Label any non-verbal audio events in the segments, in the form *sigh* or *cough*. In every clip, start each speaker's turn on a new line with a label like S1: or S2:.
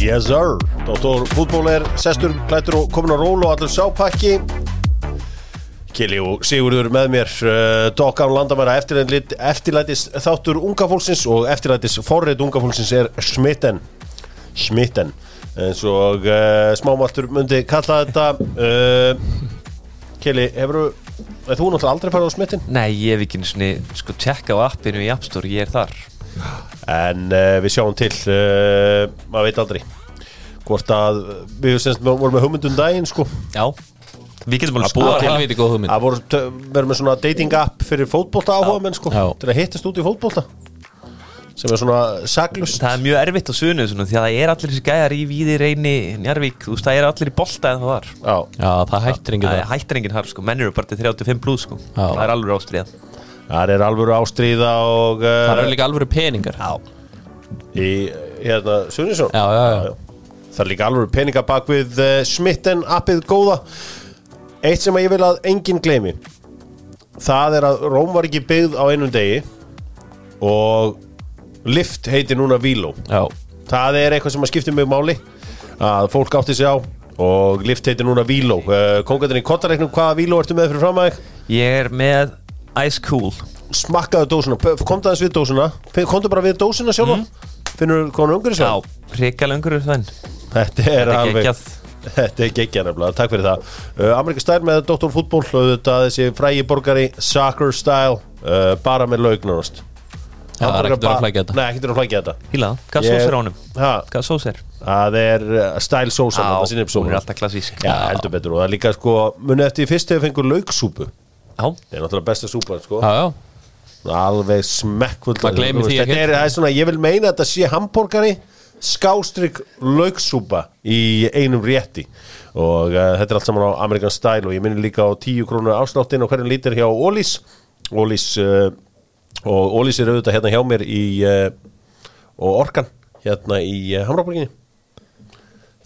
S1: Yes sir Dóttor fútból er sestur, klættur og komin á ról og allur sápakki Kili og Sigurður með mér uh, Dokkan landamæra eftirlætis, eftirlætis þáttur unga fólksins og eftirlætis forrið unga fólksins er smitten smitten eins og uh, smámaltur myndi kalla þetta uh, Kili, hefur þú náttúrulega aldrei farið á smittin
S2: Nei, ég hef ekki einu svona, sko, tjekka á appinu í App Store, ég er þar.
S1: en uh, við sjáum til uh, maður veit aldrei hvort að uh, við semst vorum með hugmyndum daginn sko
S2: Já. Við getum alveg
S3: Að búa
S2: skoðað
S3: til
S2: það.
S3: helviti góð hugmynd
S1: að voru, tö- verðum með svona dating app fyrir fótbolta áhuga menn sko
S3: Já.
S1: til að hittast út í fótbolta sem er svona saglust
S2: Það er mjög erfitt á sunnið svona, því að það er allir þessi gæjar í Víði, Reyni, Njarvík, þú veist, það er allir í bolta en það var.
S1: Já,
S3: Já, það hættir engið
S2: Það er
S3: það
S2: hættir enginn þar, sko, menn eru bara til 35 blúð, sko.
S3: Já.
S2: Það er alveg ástriðað.
S1: það er alvöru ástríða og
S3: Það
S1: uh,
S3: eru líka alvöru peningar Já,
S1: í hérna Sunnisson
S3: já, já, já.
S1: Það er líka alveg peninga bak við uh, smitten appið góða Eitt sem að ég vil að enginn gleymi Það er að Róm var ekki byggð á einum degi og Lyft heitir núna Vilo
S3: já.
S1: Það er eitthvað sem að skipta mjög máli að fólk átti sig á og Lyft heitir núna Vilo uh, Kongatin í kottareiknum, hvaða Vilo ertu með fyrir framæg?
S2: Ég er með Ice Cool.
S1: Smakkaðu dósuna, p- komdu aðeins við dósuna Finn- komdu bara við dósuna sjálfa finnur konar ungur
S2: Já,
S1: sjálf
S2: hrikalöngur er þann.
S1: Þetta er
S2: Það er
S1: alveg
S2: geggjað.
S1: Þetta er geggja nefnilega, takk fyrir það uh, Amerika Style með Dr. Fútból þetta þessi frægi borgari, soccer style uh, bara með laugnunast
S3: Já, það er ekkert verið að flækja þetta.
S1: Nei, ekkert verið að flækja þetta
S2: Hýla, hvað
S1: Ég-
S2: sós er á honum?
S1: Ha,
S2: Hvað sós er?
S1: Það er uh, style sósa
S2: Já,
S1: þarna, sinnepssósa.
S2: hún er alltaf klassísk.
S1: Já, heldur betur og það er líka sko munið eftir í fyrst hefur fengur laugsúpu það
S2: Já.
S1: er náttúrulega besta súpa sko
S3: já, já.
S1: alveg smekkvöld
S3: Maður gleymir því
S1: þetta
S3: ekki.
S1: er, það er svona, ég vil meina að þetta sé hambúrgari skástrygg lauksúpa í einum rétti og uh, þetta er allt saman á Amerikan Style og ég minni líka á 10 krónu afsláttinn og hverjum lítir hjá Ólís Ólís uh, og Ólís er auðvitað hérna hjá mér í uh, og Orkan hérna í uh, Hamraborginni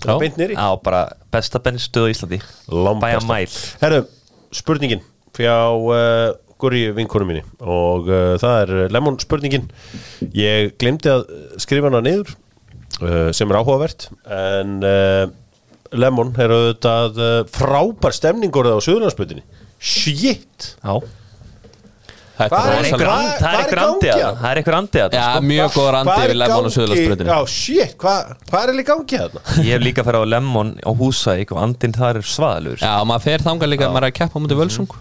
S3: Já.
S1: beint nýri
S2: Já, bara besta bennstöð á Íslandi Bæja mæl
S1: Herru, spurningin fjá uh, Guri vinkonu minni og uh, það er uh, Lemon spurningin ég glemdi að uh, skrifa hana niður uh, sem er áhugavert en uh, Lemon er auðvitað uh, frábær stemningorðið á Suðurlandsbyrðinni shit
S2: Já
S3: Þetta
S1: Hvað
S3: er
S1: er
S2: Það er einhver
S3: rosalega
S1: hvað-
S2: andi- það
S1: hvað
S2: er
S1: er í gangi að?
S2: einhver andi að það Það er einhver andi að sko.
S3: Já,
S2: það
S3: mjög góða randi
S1: Hvað er
S3: við Lemon
S1: gangi-
S3: og Suðurlandsbröndinu
S1: já shit, hvað hva er í gangi þarna?
S2: Ég hef líka farið á Lemmon á Húsæk og andinn þar er svaðalur
S3: Já, maður fer þangað líka að maður er að keppa á mútið völsung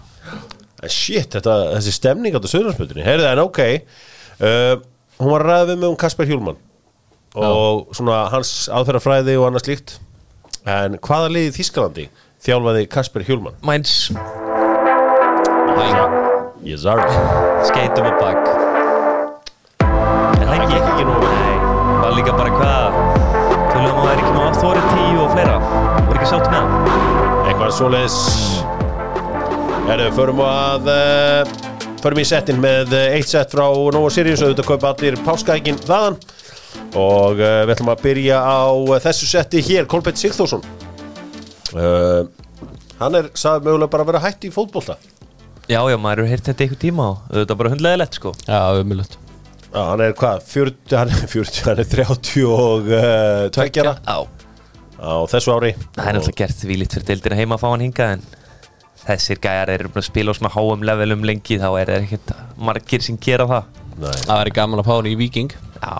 S1: Eh, shit, þetta, þessi stemning á Suðurlandsbyrðinni, heyrðu það en ok uh, hún var að ræða við mig um Kasper Hjúlmann og svona hans aðferðafræði og annað slíkt en hvaða liði Þískalandi þjálfaði Kasper Hjúlmann?
S2: Mæns,
S3: Hæ,
S1: Yes, sir
S2: skeitum og bak En það er ekki ekki nú Nei, var líka bara hvað Tölum að það er ekki með ástvorið tíu og fleira Var ekki sátt með það
S1: eitthvað svoleiðis heyrðu, förum að uh, förum í settin með uh, eitt sett frá Nova Sirius auðvitað kaupa allir páskaækin þaðan og uh, við ætlum að byrja á uh, þessu setti hér, Kolbett Sigþórsson uh, hann er sagði mögulega bara að vera hætt í fótbolta
S2: Já, já, maður hefur heyrt þetta í einhver tíma og þetta er bara hundlegaðilegt sko
S3: Já, umulögt
S1: Já, hann er hvað, 40, hann er 40, hann er 30 og uh, tveggja ára
S2: Já,
S1: á þessu ári
S2: Það er náttúrulega gert því lít fyrir deildina heima að fá hann hingað en þessir gæjar eru búin að spila á svona háum levelum lengi þá er það ekkert margir sem gera það
S1: Nei,
S3: Það væri gaman að fá hann í Viking
S2: Já,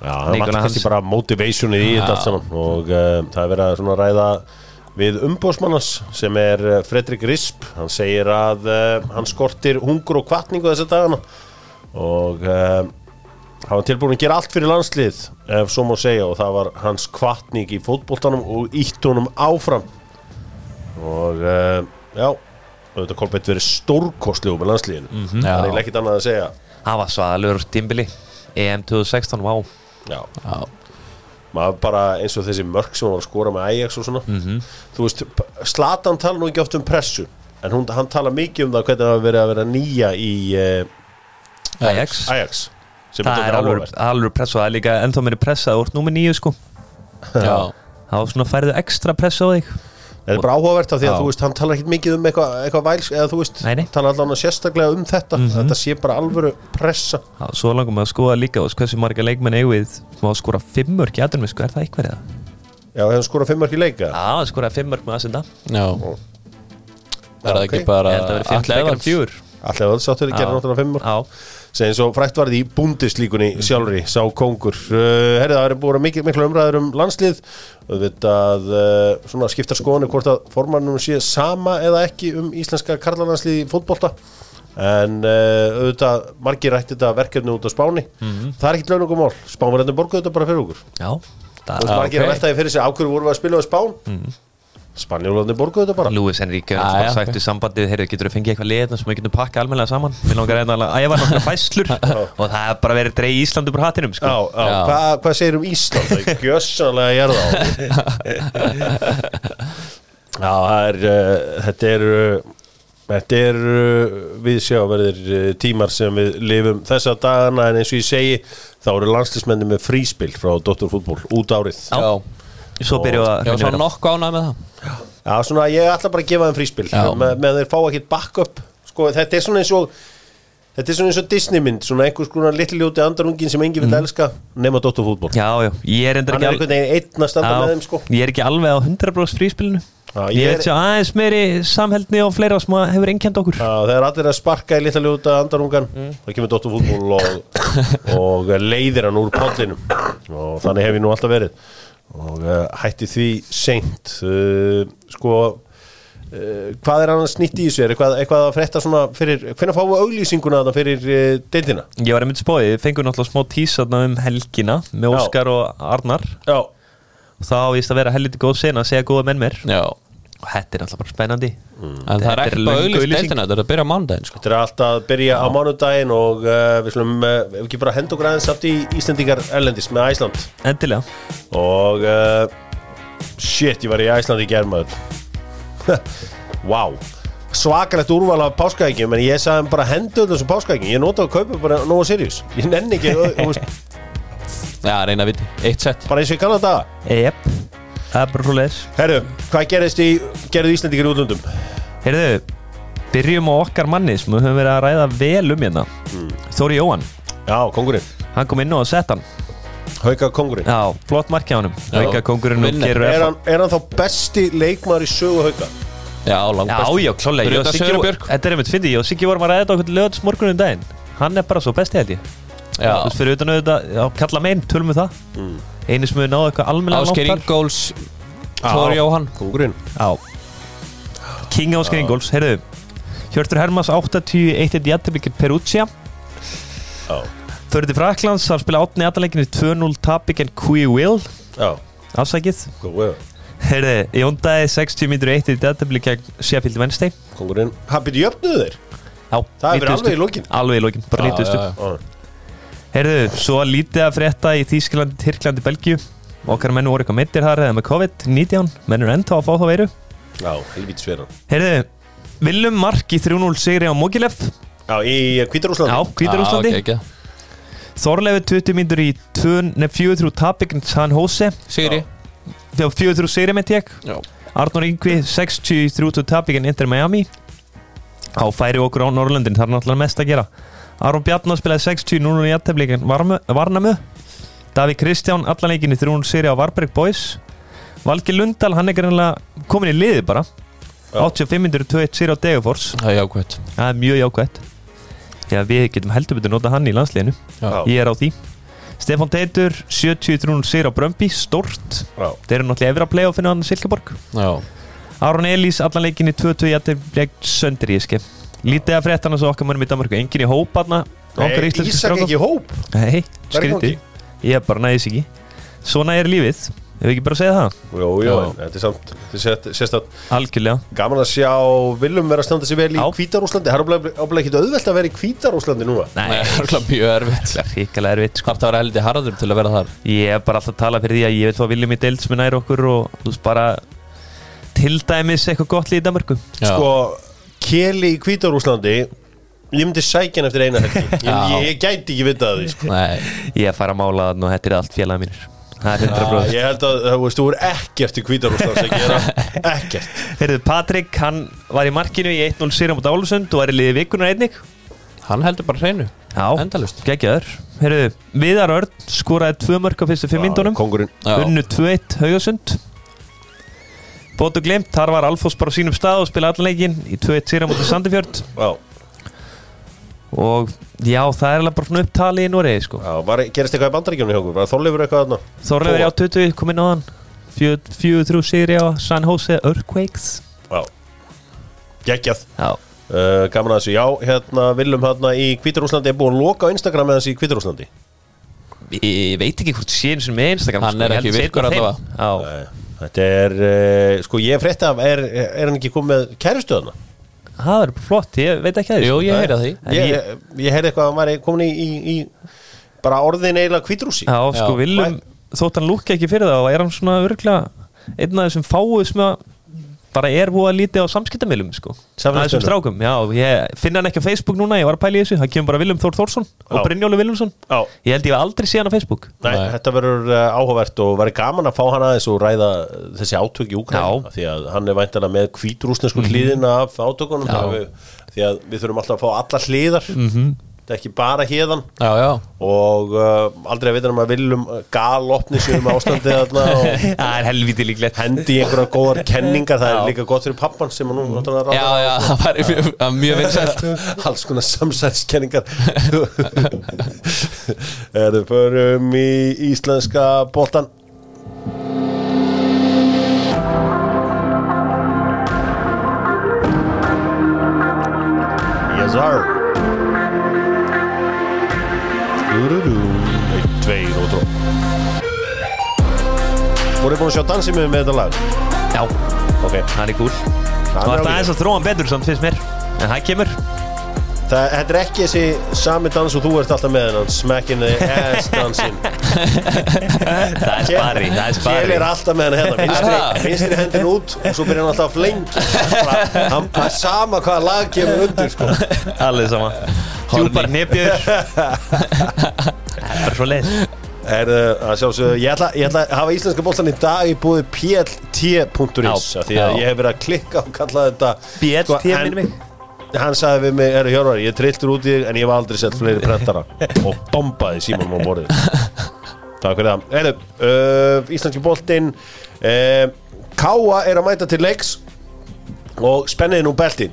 S1: já, hann
S2: Nikolaj
S1: vantar kannski
S2: Hansen.
S1: bara motivationið í þetta allt saman og uh, það er verið að svona ræða við umbósmannas sem er uh, Fredrik Risp, hann segir að uh, hann skortir hungur og kvartningu þessa dagana og uh, hann var tilbúin að gera allt fyrir landslið ef svo má segja og það var hans kvartning í fótboltanum og ítt honum áfram og uh, já auðvitað Kolbett verið stórkostlegu með landsliðinu það er
S3: Mm. Já.
S1: eiginlega ekkert annað að segja
S2: það var svaðalur tímbili EM 2016, vá
S1: já,
S3: Já,
S1: maður bara eins og þessi mörk sem hann var að skora með Ajax og svona
S2: Mhm.
S1: þú veist, Slatan tala nú ekki oft um pressu en hún, hann tala mikið um það hvernig það hafa verið að vera nýja í uh,
S2: Ajax,
S1: Ajax sem
S2: það er alveg,
S1: áhugavert.
S2: alveg press og það er líka ennþá meiri press að þú ert númer nýju sko
S3: já,
S2: þá svona færðu ekstra press á þig
S1: Nei, Þetta er bara áhugavert af því að
S2: Já.
S1: þú veist, hann talar ekkit mikið um eitthvað eitthva væls, eða þú veist,
S2: Nei, Mhm. nei.
S1: talar allan að sérstaklega um þetta, þetta sé bara alvöru pressa.
S2: Já, svo langum við að skoða líka og hversu marga leikmenn eigum við sem á að skora fimmörk í aðrum sko, er það eitthvað eða?
S1: Já, hefur skorað fimm mörk í leika?
S2: Já, að skora fimmörk með aðsenda Ég
S3: Já Er það
S1: Já,
S3: ekki
S1: ok.
S3: bara
S2: held að vera fimm leikar um fjúr
S1: Alltaf að sáttu þið gerir náttúrulega fimm mörk.
S2: Já,
S1: Segin svo frækt var því búndislíkunni sjálfri, sá kongur. Uh, Herri, það eru búin mikil, miklu umræður um landslið, auðvitað uh, svona skiptar skoðanir hvort að formannum sé sama eða ekki um íslenska karlalandslið í fótbolta. En uh, auðvitað, margir rætti þetta verkefni út á Spáni. Það er ekkit launungumál, Spánverðin borguðu þetta bara fyrir okkur.
S2: já,
S1: Þú
S2: það
S1: veist, margir að
S3: ok.
S1: velta því fyrir sig, á hverju vorum við að spila á Spán? Mm. Spanjólandi borguðu þetta bara.
S2: Lúis Henrík
S1: Ah,
S2: er
S3: Já,
S2: bara
S3: já,
S2: sagt
S3: ok.
S2: í sambandið heyrðu, getur þú fengið eitthvað liðna sem við getum pakkað almennilega saman Mér langar eða að æfa nokkra
S1: *laughs*
S2: fæslur og það er bara verið dreig Íslandu bara hattinum sko.
S1: Já, já,
S3: Já.
S1: Hva, hvað segir um Ísland? Gjössanlega ég er það á því. *laughs* Já, það er, uh, þetta er uh, þetta er uh, við sjáverðir uh, tímar sem við lifum þessa dagana en eins og ég segi þá eru landslismenni með fríspil frá Dótturfútból út árið
S2: Já. Svo byrjuðu að
S3: Ég var
S2: hreinir
S3: svona
S2: að-
S3: nokkuð ánægð með það
S1: Já, svona ég ætla bara að gefa þeim fríspil
S3: Já.
S1: með, með þeir fá ekkit backup sko, þetta er svona eins og þetta er svona eins og Disney mynd, svona einhvers konar litliljóti andarungin sem enginn vil elska nema Dótturfútból
S2: Já, já, ég er endur
S1: Hann
S2: ekki
S1: er einhvern
S2: alveg
S1: veginn einn að standa með þeim sko
S2: Ég er ekki alveg á 100% fríspilinu
S1: Já,
S2: Ég,
S1: ég
S2: er
S1: er-
S2: ekki aðeins meiri samheldni og fleira sem að hefur einkend okkur
S1: Já, þegar allir er að sparka í litla ljóta andarungan þá kemur Dóttur fútból og, og leiðir hann úr pollinum og þannig hef ég nú alltaf verið og uh, hætti því seint uh, sko uh, hvað er annars nýtt í þessu er eitthvað, eitthvað að frétta svona fyrir hvernig fáum við auglýsinguna þarna fyrir uh, deildina?
S2: Ég var einmitt spóið, við fengum náttúrulega smá tísaðna um helgina með
S1: Já.
S2: Óskar og Arnar
S1: Já,
S2: og þá á ég að vera helviti góð sen að segja góða menn mér
S3: Já
S2: og þetta er náttúrulega bara spennandi
S1: Mm.
S3: En það er
S2: Þetta er
S3: ekki
S2: löng
S3: bara auðlýst
S2: auglýsing.
S3: deildina Þetta er að byrja á mánudaginn sko
S1: þetta er allt að byrja á mánudaginn og uh, við slum uh, ef ekki bara henda okkur aðeins samt í Íslendingar Erlendis með Æsland
S2: Endilega
S1: og uh, shit, ég var í Æslandi í *laughs* germaður wow svakalegt úrval af páskaækjum en ég sagði þeim bara hendu öll þessum páskaækjum ég nota að kaupa bara Nova Sirius ég nenni ekki, ö- *laughs* þú veist,
S3: Já, reyna að viti Eitt sett
S1: bara eins og ég kannan daga
S2: Jep, það er bara svo leiðis
S1: herru, hvað gerðist í gerðu Íslandingar í útlöndum?
S2: Heyrðu, byrjum á okkar manni sem við höfum verið að ræða vel um hérna
S3: Hmm.
S2: Þóri Jóhann,
S1: já, kongurinn,
S2: hann kom inn og sett hann
S1: hauka kongurinn
S2: Já, flott marki á hann
S3: Já.
S2: Auka kongurinn og
S3: Vinna.
S2: gerur
S1: er hann, er hann þá besti leikmaður í sögu hauka?
S3: Já, langt
S2: Já, já, klálega
S3: Fyrir
S2: Ég og
S3: utan
S2: Siggi
S3: Söru
S2: vo-
S3: Björk.
S2: Þetta er einmitt fyndið Ég og Siggi vorum að ræða þetta okkur lögðs morgunum um daginn Hann er bara svo besti held ég
S3: Já. Hmm.
S2: Þú veist, Fyrir utan auðvitað Já, kalla megin, tölum við það mm. Einu sem við náðu eitthvað almennilega
S3: Ásker
S2: langt þar.
S3: Ingóls Þóri Jóhann
S1: kongurinn
S2: Já King Ásker Ingolfs, heyrðu Hjörtur Hermans 81 Jættablikir Perugia
S1: já,
S2: Þörði Fraklands, hann spila 8. aðaleginu 2-0 tapik en Kui Will
S1: já,
S2: Afsækið
S1: góðu
S2: Heyrðu, Jóndæði 60 mítur 1 Jættablik gegn Sheffield Wednesday
S1: kongurinn, hann byrju jöfnuðu þeir
S2: Já,
S1: Það hefur verið
S2: 90.
S1: alveg í lokin.
S2: Alveg í lokin, bara 90 stup
S3: Já, já, já.
S1: Já.
S2: Herðu, svo lítið að frétta í Þýsklandi, Tyrklandi, Belgíu Okkar menn voru eitthvað meittir þar eða með COVID-19 Menn eru ennþá að fá þá veiru
S1: já, helvítis fyrir hann
S2: Herðu, Willum Mark í 3-0 sigri á Mogilef Já,
S1: já, í Kvítarúslandi
S2: hvítar úslandi
S3: Já,
S2: okay,
S3: geggjað.
S2: okay. 20 mínútur í 2 nef 4-3 tapign San Jose
S3: Sigri
S2: Þegar 4-3 sigri með ég
S3: Já
S2: Arnur Yngvi 63 tapign Inter Miami Á færi okkur á Norrlöndin, það er náttúrulega mest að gera Aron Bjarnar spilaði 60 0 í aðtefleikin Varnamu Davík Kristján allanleikinni 3-0 sigri á Varberg Boys Valgi Lundal, hann er greinlega komin í liði bara 85-21 sigri á Degafors
S3: Það er jákvæmt
S2: Það er mjög jákvæmt Já, við getum heldur betur nota hann í landsliðinu
S1: Já.
S2: Ég er á því Stefán Teitur, 70-3 sigri á Brömbi, stórt
S1: Já.
S2: Þeir eru náttúrulega efra að playa og finna hann Silkeborg
S3: Já
S2: Aron Elís, allan leikinni 2-2 jættileg söndri í skip Lítið að fréttana svo okkar mönnum í Danmarku Engin í hópa hann
S1: Nei, Ísak ekki í hóp Það er
S2: Nei,
S1: í gangi.
S2: skrítið Ég bara næðis ekki Svona er lífið, ef við ekki bara að segja það
S1: Jó, jó,
S3: Já.
S1: en þetta er samt þetta er sérst- sérstætt
S2: Algjörlega
S1: gaman að sjá Viljum vera að standa sér vel í
S2: Já.
S1: Kvítarúslandi Það er áblæð ekki auðvelt að vera í Kvítarúslandi núna
S3: Nei, það er klart mjög erfitt
S2: Það er hrikalega erfitt sko
S3: Þarf það að vera heldur harður til að vera þar
S2: Ég er bara alltaf að tala fyrir því að ég vil fá viljum í deild sem er nær okkur og þú veist bara til dæmis eitthvað gott lið í Danmarku
S3: Já.
S1: Sko, Keli í Kvítarúslandi Ég myndi sækja hann eftir eina helgi ég,
S3: Já.
S1: ég gæti ekki vitað því sko.
S3: Nei
S2: Ég er að fara að mála þann og þetta er allt félagið mínir Það er 100
S1: Ég held að þú veist, þú er ekkert í kvítarúslands að gera Ekkert
S2: Heyrðu, Patrik, hann var í markinu í 1-0 sýra mot Álusund og er í liði vikunar einnig
S3: Hann heldur bara hreinu
S2: Já,
S3: Endalaust.
S2: geggjaður Heyrðu, Viðar Örn skoraði tvö mörg á fyrstu fimm myndunum
S1: Kongurinn
S3: Já.
S2: Unnu 2-1 Haugasund Bótt og glemt, þar var Alfons bara á sínum stað og spilaði allan leikinn í 2-1 sýra mútið Sandifjörn
S1: Já,
S2: og já, það er alveg bara svona upptali í Noregi sko.
S1: já var, gerist eitthvað í bandaríkjunum hjá okkur? Var Þorleifur eitthvað þarna?
S2: Þorleifur á 20 kom inn á hann 4-3 sigri á San Jose Earthquakes
S1: Já Geggjað
S2: Já,
S1: uh, Gaman að þessu Já, hérna, Willum hérna í Kvítarúslandi er búin að loka á Instagram með hans í Kvítarúslandi
S2: ég veit ekki hvort síðan sem með Instagram
S3: Hann
S2: sko, ég
S3: er
S2: held
S3: ekki
S2: að sé
S3: virkur
S2: eitthvað
S3: allavega.
S2: þeim. Já,
S1: Nei, Þetta er, uh, sko ég frétti af Er, er hann ekki komið með kærustu þarna?
S2: Það er bara flott, ég veit ekki að
S3: Jú, ég
S1: Nei.
S3: heyri að því
S2: En
S1: Ég,
S2: ég-
S1: ég, ég heyrði eitthvað að hann væri komin í, í, í Bara orðin eiginlega Kvítarúsi
S2: Já, sko,
S3: Já.
S2: Willum, þótt hann lúkki ekki fyrir það og er hann svona örgulega einn af þessum fáu sem að bara er voða lítið á samskiptamilum, sko
S1: Samfélagsmiðlum.
S2: Af þessum strákum, já, ég finn hann ekki á Facebook núna, ég var að pæla í þessu, það kemur bara Willum Þór Þórsson
S1: Já.
S2: og Brynjólu Willumsson
S1: Já.
S2: Ég held ég hef aldrei séð hann á Facebook
S1: Nei,
S3: Nei.
S1: þetta verður uh, áhugavert og verður gaman að fá hann aðeins og ræða uh, þessi átök í
S2: Já.
S1: Úkraine af því að hann er væntanlega með kvítrúsnesku hliðina af átökunum þannig
S3: Já.
S1: að við, því að við þurfum alltaf að fá alla hliðar þetta er ekki bara hérðan
S3: Já, já
S1: og uh, aldrei að vita um að viljum galopni sér um ástandið þarna og
S2: Það er helviti líklegt
S1: hendi í einhverjar góðar kenningar það er líka gott fyrir pappan sem hann nú náttúrulega ráða
S3: Já, já, það var mjög- það var mjög vinsælt
S1: alls konar samsæðskenningar Erum förum í íslenska boltan Yes sir Dú-dú-dú. Einn, tveir og tró Voruð þið búin að sjá dansið með þetta lag?
S2: Já,
S1: Ok,
S2: hann er gúl Það er aðeins að þróa hann betur samt finnst mér En það kemur
S1: Það, þetta er ekki þessi sami dans og þú ert alltaf með hennan Smack in the ass dansinn
S2: Það er spari, það er
S1: Kjell
S2: spari
S1: er alltaf með hennan hérna
S3: Er
S1: vinstri,
S3: það?
S1: vinstri hendin út og svo byrjar hann alltaf að flengja Bara- Hann það er sama hvaða lag kemur undir sko.
S2: Allir sama Djúpar nefjur Það er bara svo leið
S1: er, uh, sjálfsög, ég, ætla, ég ætla að hafa íslenska bóltan í dag í búið plt.is
S2: Já,
S1: af Því að
S3: já.
S1: ég hef verið að klikka og kalla þetta
S2: BLT
S1: Sko, en-
S2: minni mig
S1: Hann sagði við mig, herru Hjörvar, ég er trilltur út í þig en ég hef aldrei sett fleiri
S2: *laughs*
S1: prentara og bombaði símanum á borðið Takk fyrir það Herru, uh, Íslandski boltinn uh, Káa er að mæta til leiks og spenniði nú beltin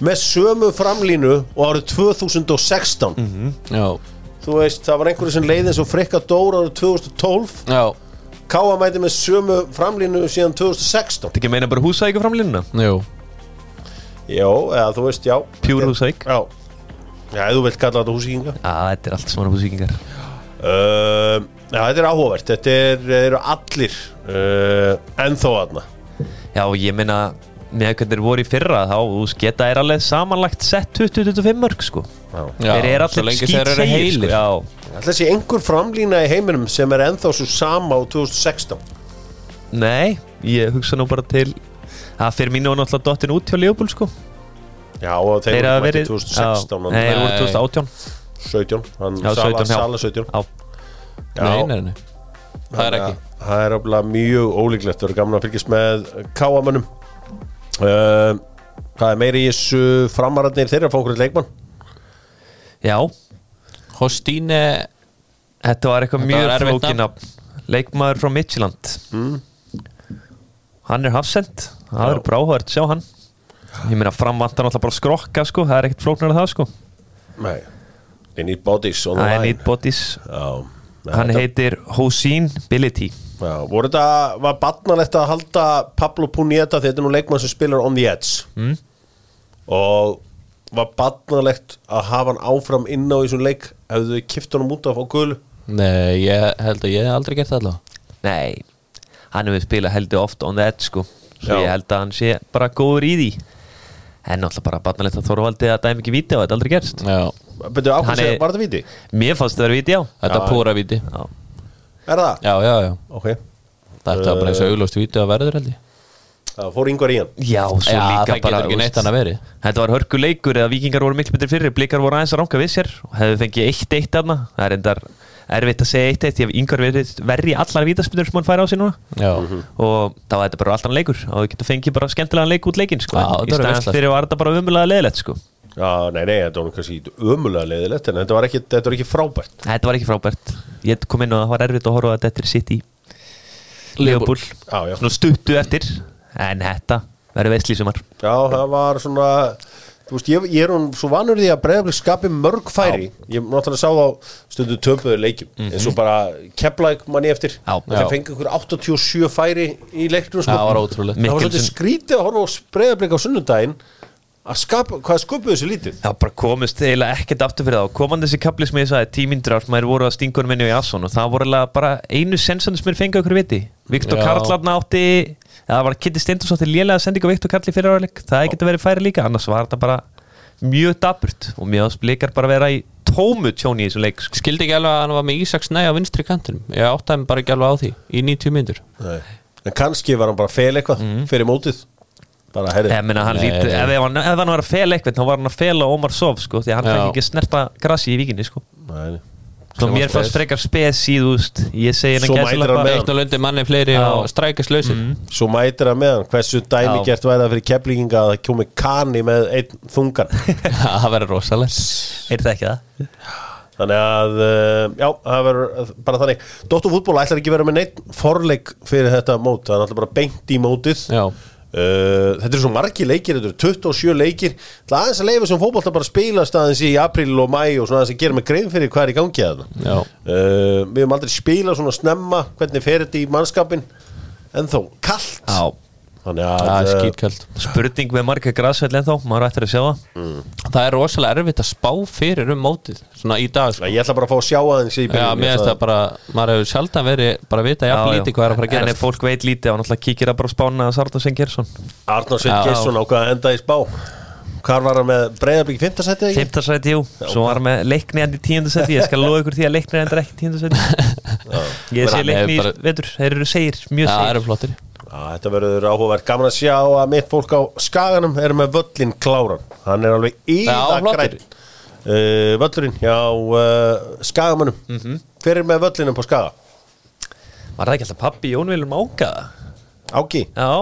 S1: með sömu framlínu og árið 2016
S3: Já,
S1: Þú veist, það var einhverju sem leiði eins og frikka dóra árið 2012
S3: já,
S1: Káa mæti með sömu framlínu síðan 2016
S2: Þetta ekki að meina bara húsæk og framlínuna
S3: jú
S1: Jó, eða þú veist, já
S2: Pjúr húsæk Já,
S1: Já, já ef þú vilt kalla þetta húsíkinga
S2: þetta er allt svona húsíkingar
S1: Uh, já, þetta er áhugavert Þetta er, eru allir uh, ennþá aðna
S2: Já, ég meina með hvernig þeir voru í fyrra þá þú veist, geta er alveg samanlagt sett 20-25 mörg sko
S3: Já,
S2: Þeir eru
S3: svo
S2: allir
S3: lengi þeir eru
S2: skítsegir,
S3: heilir
S2: sko.
S1: Alltaf sé einhver framlína í heiminum sem er ennþá svo sama á 2016
S2: Já, nei, ég hugsa nú bara til Það fyrir mínu og náttúrulega dottin út hjá Leopold sko
S1: Já, og þeir
S2: Þeir
S1: eru
S2: hafa
S1: mætti
S2: verið
S1: 2016
S2: já,
S1: hann-
S2: Nei, þeir
S3: Nei.
S2: voru 2018
S1: 17, hann
S2: Já,
S1: Sala,
S2: 17, já.
S1: Sala 17
S2: Já,
S1: Já,
S3: Nei, nei, nei Það er ekki
S1: Ja, það er alveg mjög ólíklegt Það eru gaman að fylgjast með káamönnum uh, Hvað er meiri í þessu framararnir þeirra að fá okkur í leikmann?
S2: já
S3: Hostíne
S2: þetta var eitthvað
S3: Þetta var
S2: mjög
S3: erfitt Mm.
S2: flókin af Leikmaður frá Midtjylland Hann er hafsend Það
S1: Já.
S2: er bráhært, sjá hann Ég meina framvantar náttúrulega bara skrokka sko Það er ekkert flóknar að það sko
S1: Nei, they need bodies on the
S2: I
S1: line
S2: need bodies
S1: Já, Nei,
S2: Hann
S1: þetta-
S2: heitir Hosin Billity
S1: Já, voru þetta, var batnalegt að halda Pablo Punieta því þetta er nú leikmann sem spilar on the edge mm. og var batnalegt að hafa hann áfram inn á í þessum leik hefðu þau kift honum út að fá gul
S3: Nei, ég held að ég hef aldrei gert það allavega
S2: Nei, hann hefur spilað heldur oft on the edge sko Svo
S1: Já.
S2: ég held að hann sé bara góður í því En náttúrulega bara barnalegt að Þorvaldi að dæmi ekki víti á þetta aldrei gerst
S3: Já,
S1: betur
S2: Hann
S1: ákvæmst að
S2: er-
S1: var þetta viti?
S2: Mér fannst það að vera víti á
S3: þetta
S1: Já.
S3: er púra viti
S2: Já,
S1: Er það?
S3: Já, já, já
S1: Ok,
S3: Þetta var bara eins og
S2: Eh.
S3: auglóst viti að verður held ég
S1: það fór yngvar í hann
S2: Já svo
S3: Já,
S2: líka
S3: það
S2: bara
S3: getur ekki
S2: úst,
S3: neitt hann að veri
S2: Þetta var hörkuleikur eða vikingar voru miklu betur fyrir Blikar voru aðeins að ranga við sér og hefðu fengið eitt eitt aðna Það er endar erfitt að segja eitt eitt því að yngvar verið verri í allar vítaspilur sem hann fær á sig núna
S3: Já,
S2: Mhm. og þá er þetta bara alltaf leikur og þú getur fengið bara skemmtilegan leik út leikinn sko,
S3: Já,
S2: en í
S3: þetta er
S2: staðan
S3: veistla.
S2: fyrir var þetta bara umulega leðilegt sko.
S1: Já, nei, nei, þetta var nú kannski ömulega leiðilegt en þetta var ekki, þetta var ekki frábært
S2: þetta var ekki frábært ég kom inn og það var erfitt að horfa að þetta er sitt í
S3: Liverpool.
S2: Leopold
S1: Já, já.
S2: svona stuttu eftir en þetta verður veistlísumar
S1: Já, það var svona Þú veist, ég, ég er hún svo vanur því að breyðablik skapi mörg færi Ég náttúrulega sá þá stundu töpuðu leikjum En svo bara keplæk manni eftir
S2: Já.
S1: Þeir
S3: Mhm. Já.
S1: fengi ykkur 87 færi í leiknum sko.
S3: Það var ótrúlegt.
S1: Það var svolítið
S2: Mikkelsen-
S1: skrítið að horfa á breyðablik á sunnudaginn að skapa, hvað skupuðu þessu lítið
S2: það bara komist eiginlega ekkert aftur fyrir þá koman þessi kapli sem ég sagði tímindrar maður voru að stingunum minni og Jasson og það voru eiginlega bara einu sensan sem er fengið okkur viti Viktor
S3: Já.
S2: Karlarna átti eða það var Kitty Steindors átti lélega að senda ykkur Viktor Karl í fyrir áleik það getur verið færi líka annars var þetta bara mjög daburt og mjög splikar bara vera í tómu tjóni í þessum leik sko.
S3: Skildi ekki alveg að hann var með Ísaks nei á vinstri kantinum Ég áttaði mig bara ekki alveg á því Í 90 myndur
S1: Nei. En kannski var hann bara að fel eitthvað
S3: Mhm.
S1: fyrir mótið Bara, herri,
S2: Ég meina, hann
S3: Nei.
S2: lítið, ef, ef, hann, ef hann var að fela eitthvað þá var hann að fela Omar Sof sko, því að hann
S3: Já.
S2: fekk ekki snerta grassi í vikinni sko.
S1: nei, nei.
S2: Svo
S3: Sem var
S2: mér fannst
S3: spes.
S2: frekar spes síðust ég segi hennar
S1: Svo mætir hann með
S3: Eitt og lundi manni fleiri
S2: Já.
S3: og strækist lausir
S1: Svo mætir það meðan Hversu dæmi
S2: Já.
S1: gert væri það fyrir keplinginga að það kjómi kani með einn
S3: *laughs*
S1: þungan
S3: *laughs* Það verður rosalegt
S2: Er það ekki það?
S1: Þannig að, uh, já, það verður bara þannig Dóttur fútból ætlar ekki að vera með neitt forleik fyrir þetta mót Það er náttúrulega bara beint í mótið
S3: Já.
S1: Uh, þetta eru svo margi leikir, þetta eru 27 leikir Það aðeins að leifa sem fótbolta bara spilast aðeins í april og mæ og svona aðeins að gera með grein fyrir hvað er í gangi að það
S3: Já.
S1: Við höfum aldrei spilað svona snemma hvernig fer þetta í mannskapin en þó kallt
S2: Já,
S1: Þannig að
S3: Það er
S1: eh,
S3: skítkælt
S2: spurning með marga græsfell en þá, maður ættir að sjá það
S3: Það er rosalega erfitt að spá fyrir um mótið Svona í dag sko.
S1: Ég ætla bara að fá að sjá aðeins í
S3: Já, mér finnst það bara Maður hefur sjaldan verið bara að vita jafn lítið hvað er að fara að
S2: En
S3: gera
S2: ef fólk veit lítið, þá náttúrulega kíkir það bara á spána að Sarda Svein Gjersson
S1: Arnar Sveinn
S3: Já.
S1: Gesson ákvað að enda í spá Hvar var hann með breyðabík 5. setið ekki?
S2: Fymta sæti, jú, svo var hann með leikni endi tíundu sæti Ég skal lofa ykkur því að leikni endur ekki tíundu sæti Ég sé
S3: Hann er
S2: leikni í
S3: bara-
S2: vetur, þeir eru segir, mjög
S3: Það
S2: segir
S3: eru flottir
S1: Já, þetta verður áhugavert gaman að sjá að mitt fólk á skaganum er með völlin kláran Hann er alveg íðagræn
S3: flottur.
S1: uh, Völlurinn hjá uh, skagamannum
S3: Mhm.
S1: Hver er með völlinum på skaga?
S2: Var það ekki alltaf pappi Jón Vilum ákaða?
S1: Áki?
S2: Já,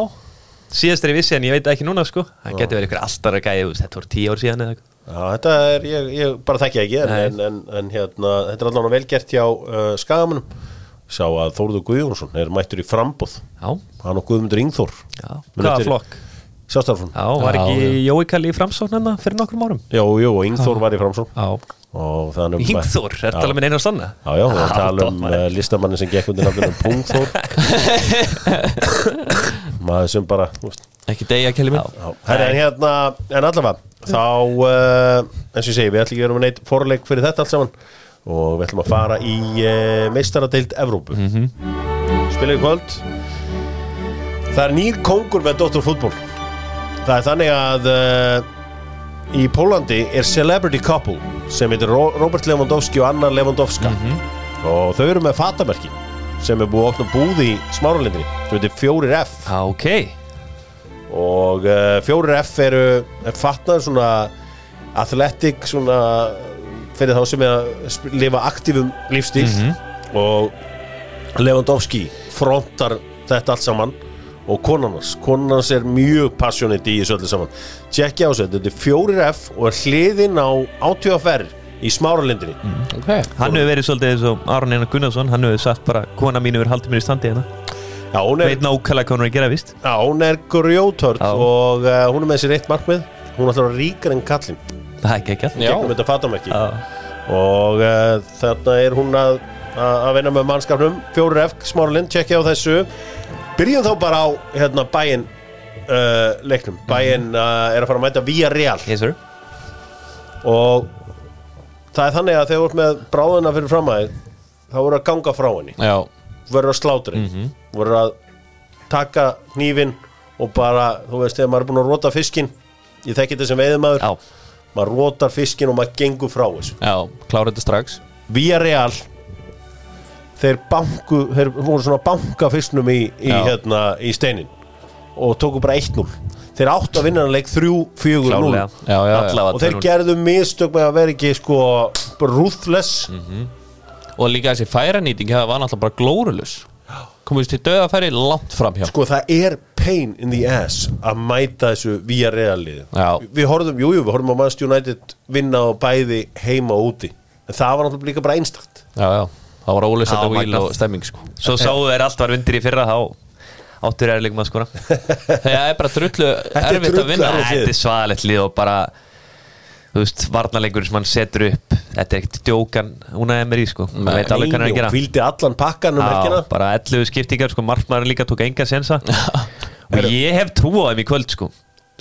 S2: síðast er ég vissi en ég veit það ekki núna sko Það getur verið ykkur alltaf að gæja, þetta voru tíu ár síðan eða eitthvað.
S1: Já, þetta er, ég, ég bara þekki ekki en,
S2: Nei.
S1: en, en, en hérna, þetta er allavega velgert hjá uh, skagamannum Sá að Þórður Guðjónsson er mættur í frambóð
S2: Já,
S1: Hann og Guðmundur Ingþór
S2: já,
S1: Men þetta
S2: hvaða
S1: er-
S2: flokk?
S1: Sjástarfrún
S2: Já, var
S3: Já,
S2: ekki Jói Kalli í framsóknarna fyrir nokkrum árum?
S1: Jó, jó, og Ingþór var í framsókn
S2: Já,
S1: og þannig
S2: Ingþór, er talað minn einar sanna?
S1: Já, já, og
S2: Já,
S1: tala um
S2: toppmaður.
S1: uh, listamannin sem gekk undir nafnum Pungþór maður sem bara þú veist,
S3: Ekki degja kelli minn
S1: já. Herra, en hérna, en allavega þá, uh, eins og ég segi, við ætlum ekki að vera með neitt forleik fyrir þetta allt saman og við ætlum að fara í uh, meistaradeild Evrópu mm spilum í kvöld það er nýr kongur með Dóttur fútból það er þannig að uh, í Pólandi er celebrity couple sem heitir Ro- Robert Lewandowski og Anna Lewandowska og þau eru með fatamerki sem er búið að opna búð í smáralindri sem heitir 4F
S2: Já, Ah, ok
S1: og uh, 4F eru er fatnar svona athletic svona fyrir þá sem er að sp- lifa aktífum lífstíl
S2: Mhm.
S1: og Lewandowski frontar þetta allt saman og konan hans, konan hans er mjög passionate í þessu öllu saman tjekkja á þessu, þetta er 4F og er hliðin á ATFR í smáralindinni
S2: Mm.
S3: okay.
S2: Hann hefur verið svolítið eins og Aron Einar Gunnarsson Hann hefur sagt bara, kona mín hefur haldið mér í standi hérna
S1: Já, hún er,
S2: Veit nákvæmlega hvað hún er að gera, víst
S1: já, hún er grjóthörd
S2: Já.
S1: og uh, hún er með sér eitt markmið hún er alltaf ríkar en kallinn
S2: Það er ekki ekki
S3: Já.
S1: gegnum þetta fatamekki
S2: Já,
S1: og uh, þarna er hún að, að að vinna með mannskapnum fjóru F, Smáralind, tjekki á þessu byrjum þá bara á hérna, bæinn uh, leiknum
S2: Mhm.
S1: bæinn uh, er að fara að mæta via real
S2: yes sir
S1: og það er þannig að þegar þú ert með bráðuna fyrir framæði þá voru að ganga frá henni
S3: Já,
S1: voru að slátra henni
S2: Mhm.
S1: voru að taka hnífin og bara, þú veist, þegar maður er búin að rota fiskin ég þekki þetta sem veiðumæður
S2: Já,
S1: maður rotar fiskin og maður gengur frá þessu
S3: já, klára þetta strax
S1: Villarreal þeir banku þeir voru svona banka fyrstnum í, í,
S3: Já.
S1: hérna, í steinin og tóku bara 1-0 þeir áttu að vinna hann leik 3-4-0
S2: klálega
S3: Já, já, já.
S2: Allavega
S1: og þeir
S2: 2-0. Mhm.
S1: gerðu mistök með að vera ekki sko ruthless
S3: og líka þessi færanýting það var náttúrulega bara glórulus komist til döðafæri langt fram hjá
S1: Sko það er pain in the ass að mæta þessu via reallið
S3: Já.
S1: Við horfum, jújú, jú, við horfum á Manchester United vinna á bæði heima og úti En það var náttúrulega líka bara einstakt
S3: já, já. það var
S2: Já,
S3: ólega setja víl
S2: magnað.
S3: og stemming sko.
S2: Svo sáu þeir allt var vindir í fyrra þá áttur er líka maður skora
S3: það er bara drullu
S1: er
S3: erfitt
S1: drullu
S3: að vinna
S1: erfitt.
S2: Þetta er svaðalegt lið og bara þú veist, varnarleikur sem hann setur upp þetta er ekkert djókan, hún að emir í sko hann veit alveg hvað hann er að gera
S1: Hvildi allan pakkan um
S2: Já,
S1: helgina
S2: bara 11 skiptingar, sko, markmaðurinn líka tók enga sensa og ég hef trú á þeim í kvöld, sko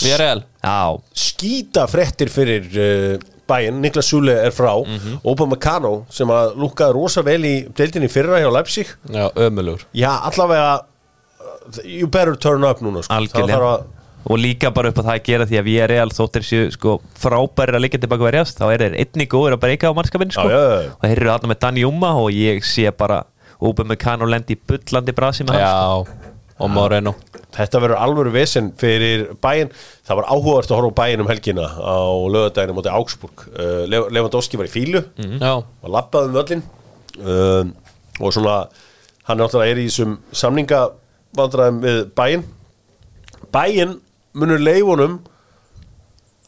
S3: við erum real
S2: Já,
S1: Skýta fréttir fyrir uh, bæinn Niklas Sule er frá Opa Meccano sem að lúkkaði rosa vel í deildinni í fyrra hjá Leipzig
S3: já, ömulur
S1: Já, allavega uh, You better turn up núna sko.
S2: algjörlega
S1: Það þarf að-
S2: og líka bara upp á það að gera því að við erum real þóttir séu sko frábærir að liggja tilbaka verjast þá er þeir einni góður að breyka á mannskapin sko
S1: Já, já, já.
S2: og þeir eru alltaf með Danny Umma og ég sé bara Open Meccano lendi í bullandi brasi með hans
S3: já, og Moreno
S1: Þetta verður alvöru vesen fyrir bæinn Það var áhugavert að horfa á bæinn um helgina á lögadaginu móti Augsburg uh, Lef- Lewandowski var í fílu
S3: já,
S1: var labbað um völlin um, og svona hann er náttúrulega er í þessum samningavandræðum við bæinn Bæinn munur leifunum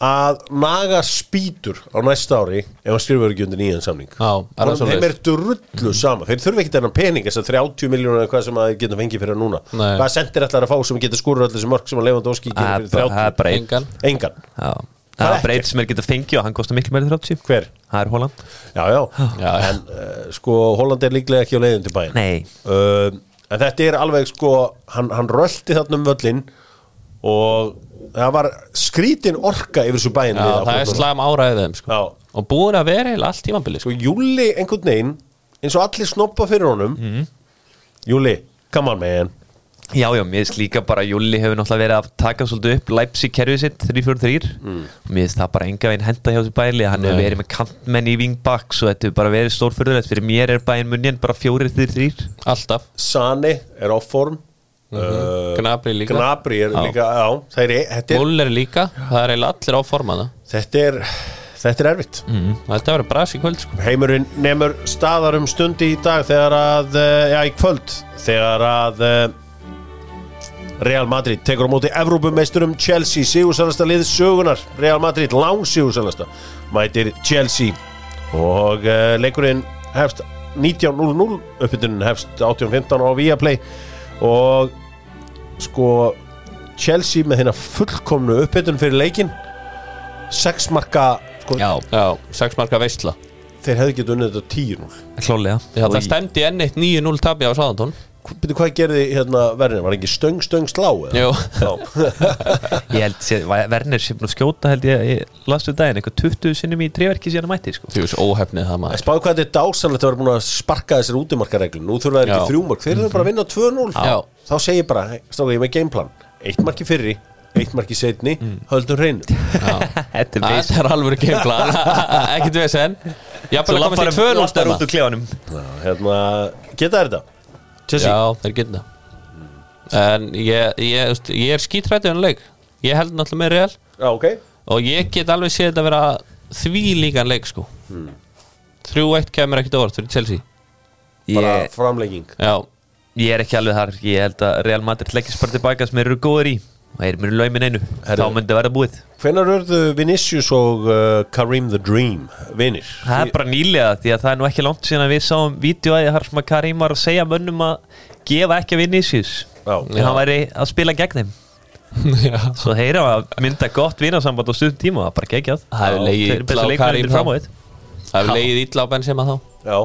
S1: að naga spýtur á næsta ári ef hann skrifur ekki undir nýjan samning
S3: já, er það
S1: Honum- Þeim er
S3: svolítið
S1: drullu sama Þeir þurfa ekki þennan pening Þess að 30 miljónur eða hvað sem að þeir geta fengið fyrir hann núna
S3: Nei.
S1: Hvað sendir ætlar að fá sem geta skúrur allir þessi mörg sem að Lewandowski
S2: Það
S1: gerir
S2: er bara-
S1: fyrir
S2: það er bara einn
S3: engan
S1: þrjá Engan
S2: Já.
S1: Það
S2: það
S1: er
S2: er bara einn sem er getað fengið og hann kostar miklu meiri 30
S1: Hver?
S2: það er Holland
S1: Já, já,
S3: Já, já.
S1: En uh, sko, Holland er líklega ekki á leiðin til bæinn
S2: Nei.
S1: uh, En þetta er alveg sko Hann, hann rölti þarna um völlin Og það var skrítin orka yfir þessu bæinn
S3: já,
S1: við
S3: það er
S1: Árbjörn.
S3: slæm áræðið þeim sko.
S1: Já,
S3: og búin að vera eiginlega allt tímabilið sko.
S1: sko Júli einhvern veginn Eins og allir snoppa fyrir honum
S3: Mhm.
S1: Júli, come on man
S2: Já, já, mér finnst líka bara að Júli hefur náttúrulega verið að taka svolítið upp Leipzig kerfið sitt 3-4-3 mm. mér finnst það bara enga veginn henda hjá þessu bæli hann hefur
S3: Nei.
S2: verið með kantmenn í vingbaks og þetta hefur bara verið stórfyrðulegt fyrir mér er bæinn munjinn bara 4-3-3
S3: alltaf,
S1: Sani er á form
S3: Mhm.
S1: Eh,
S3: Gnabry líka.
S1: Gnabry er
S3: Já.
S1: líka já, það er, þetta, er,
S3: Muller líka það er eiginlega allir á formana
S1: þetta er Þetta er erfitt
S3: þetta verður bras í kvöld sko.
S1: Heimurinn nemur staðar um stundi í dag Þegar að, eh, já í kvöld Þegar að eh, Real Madrid tekur á móti Evrópumeisturum Chelsea, sigursalasta lið sögunar Real Madrid, lang sigursalasta mætir Chelsea og uh, leikurinn hefst 19.00, uppbytunin hefst 18.15 á Viaplay og sko Chelsea með þeirna fullkomnu uppbytun fyrir leikin sex marka sko,
S2: Já,
S3: já, 6 marka veistla
S1: þeir hefðu getið unnið þetta 10-0
S2: klálega
S3: Já, það
S2: Og-
S3: stemdi enn eitt 9-0 tabi á Sáðantón
S1: Býtu, hvað gerði hérna verðin? Var ekki stöng, stöng, slá? eða?
S3: Jú.
S1: Já.
S2: Ég held sér, Werner sem nú skjóta held ég, ég lastu daginn, eitthvað 20 sinnum í treverki síðan að mæti, sko
S3: Þú veist, óhefnið það
S1: En
S3: maður
S1: Spáðu hvað þetta er dásanlegt að vera búin að sparka þessir útimarkareglun Nú þurfa þeir
S3: Já.
S1: ekki þrjúmark, þeir þurfa bara að vinna 2-0
S3: Já.
S1: Þá segir ég bara, stáðu ég er með gameplan Eitt marki fyrri, eitt marki setni
S3: Mm.
S1: Höldum hreinu
S2: Þetta er veist
S3: Þetta er alveg ekki *laughs* plan Ekkert við sen Jafnvel að komast í 2-0 stemma
S2: út úr klefanum
S1: Já, hérna, Geta þær þetta? Chelsea,
S3: Já, þeir geta En ég, ég, þú veist, ég er skítrættið um leik Ég held náttúrulega með real
S1: Já. ok
S3: Og ég get alveg séð þetta vera því líkan leik sko 3-1 kemur ekkert orð fyrir Chelsea
S1: Bara
S2: ég,
S1: framlegging
S3: Já,
S2: ég er ekki alveg þar, ég held að Real Madrid leggist bara tilbaka sem þeir eru góður í og þeir munu laumin einu, þá myndi verða búið
S1: Hvenær urðu Vinicius og uh, Karim the Dream vinir?
S2: Það er bara nýlega því að það er nú ekki langt síðan að við sáum vídjóæði þar sem að Karim var að segja mönnum að gefa ekki að vinna í síðus
S1: Já.
S2: en hann væri að spila gegn þeim
S3: *laughs* Já.
S2: svo þeir eru að mynda gott vinasamband á stundum tíma og það er bara gegjað
S3: Það hefur legið
S2: Þeir eru bestu
S3: illa á
S2: leikmenn
S3: Karim
S2: undir fram á
S3: þá.
S2: þitt.
S3: Það hefur leið illa á Benzema þá
S1: Já,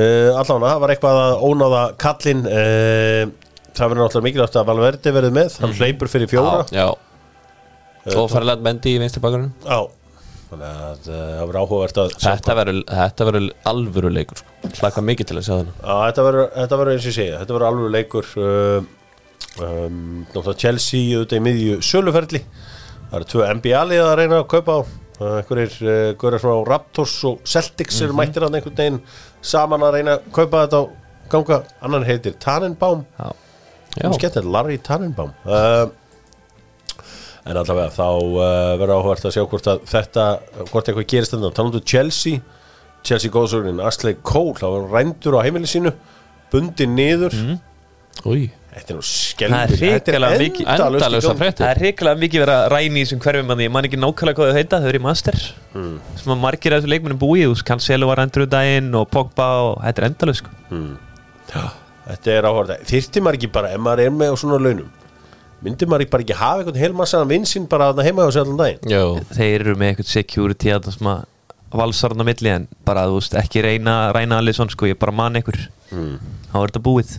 S1: uh, allan það var eitthvað að ónáða kallinn uh, Það verður náttúrulega mikilvægt að Valverdi verið með Hann hleypur fyrir fjóra Já,
S3: Já Og farlega Mendy í vinstri bakarinn
S1: þannig að uh, það verður áhugavert að sjá
S3: Þetta verður- Þetta verður alvöru leikur sko. Hlaka mikið til að segja þennan
S1: Já, þetta verður, þetta verður eins og ég segja, þetta verður alveg leikur um, um, Náttúrulega Chelsea auðvitað í miðju söluferli Það eru tvö NBA-lið að reyna að kaupa á Uh, einhverjir uh, góður frá Raptors og Celtics eru
S2: Mhm.
S1: mættir hann einhvern veginn saman að reyna að kaupa þetta á ganga, annan heitir Tannenbaum
S2: Já.
S1: Já. Um skemmt, Larry Tannenbaum uh, En eh, allavega þá uh, verður áhvert að sjá hvort að þetta hvort eitthvað gerist þannig talandu um Chelsea Chelsea góðsögnin Ashley Cole, það var rændur á heimili sínu bundin niður
S3: Új,
S1: þetta er nú
S2: Mhm. Það er
S1: skelvin, þetta
S2: hrikalega
S1: er
S2: mikið-
S1: endalösa
S3: endalösa
S1: frett
S2: Það
S3: fréttir
S2: er hrikalega mikið verið að ræni í þessum hverfum að ég man ekki nákvæmlega hvað þau heita, þau eru í master
S3: Hmm.
S2: sem að margir af þessu leikmennum búið þú veist, Cancelo var endur úr daginn og Pogba og þetta er endalaus sko.
S1: þetta er áhverða, þyrfti maður ekki bara ef maður er með á svona launum myndi maður ekki bara ekki hafa einhvern heilmassaðan vinsinn bara þarna heima hjá sér allan daginn
S3: Jó,
S2: þeir eru með eitthvað security að það sem að valsarna milli en bara þú veist ekki reyna reyna allir svona sko, ég bara man ykkur þá er þetta búið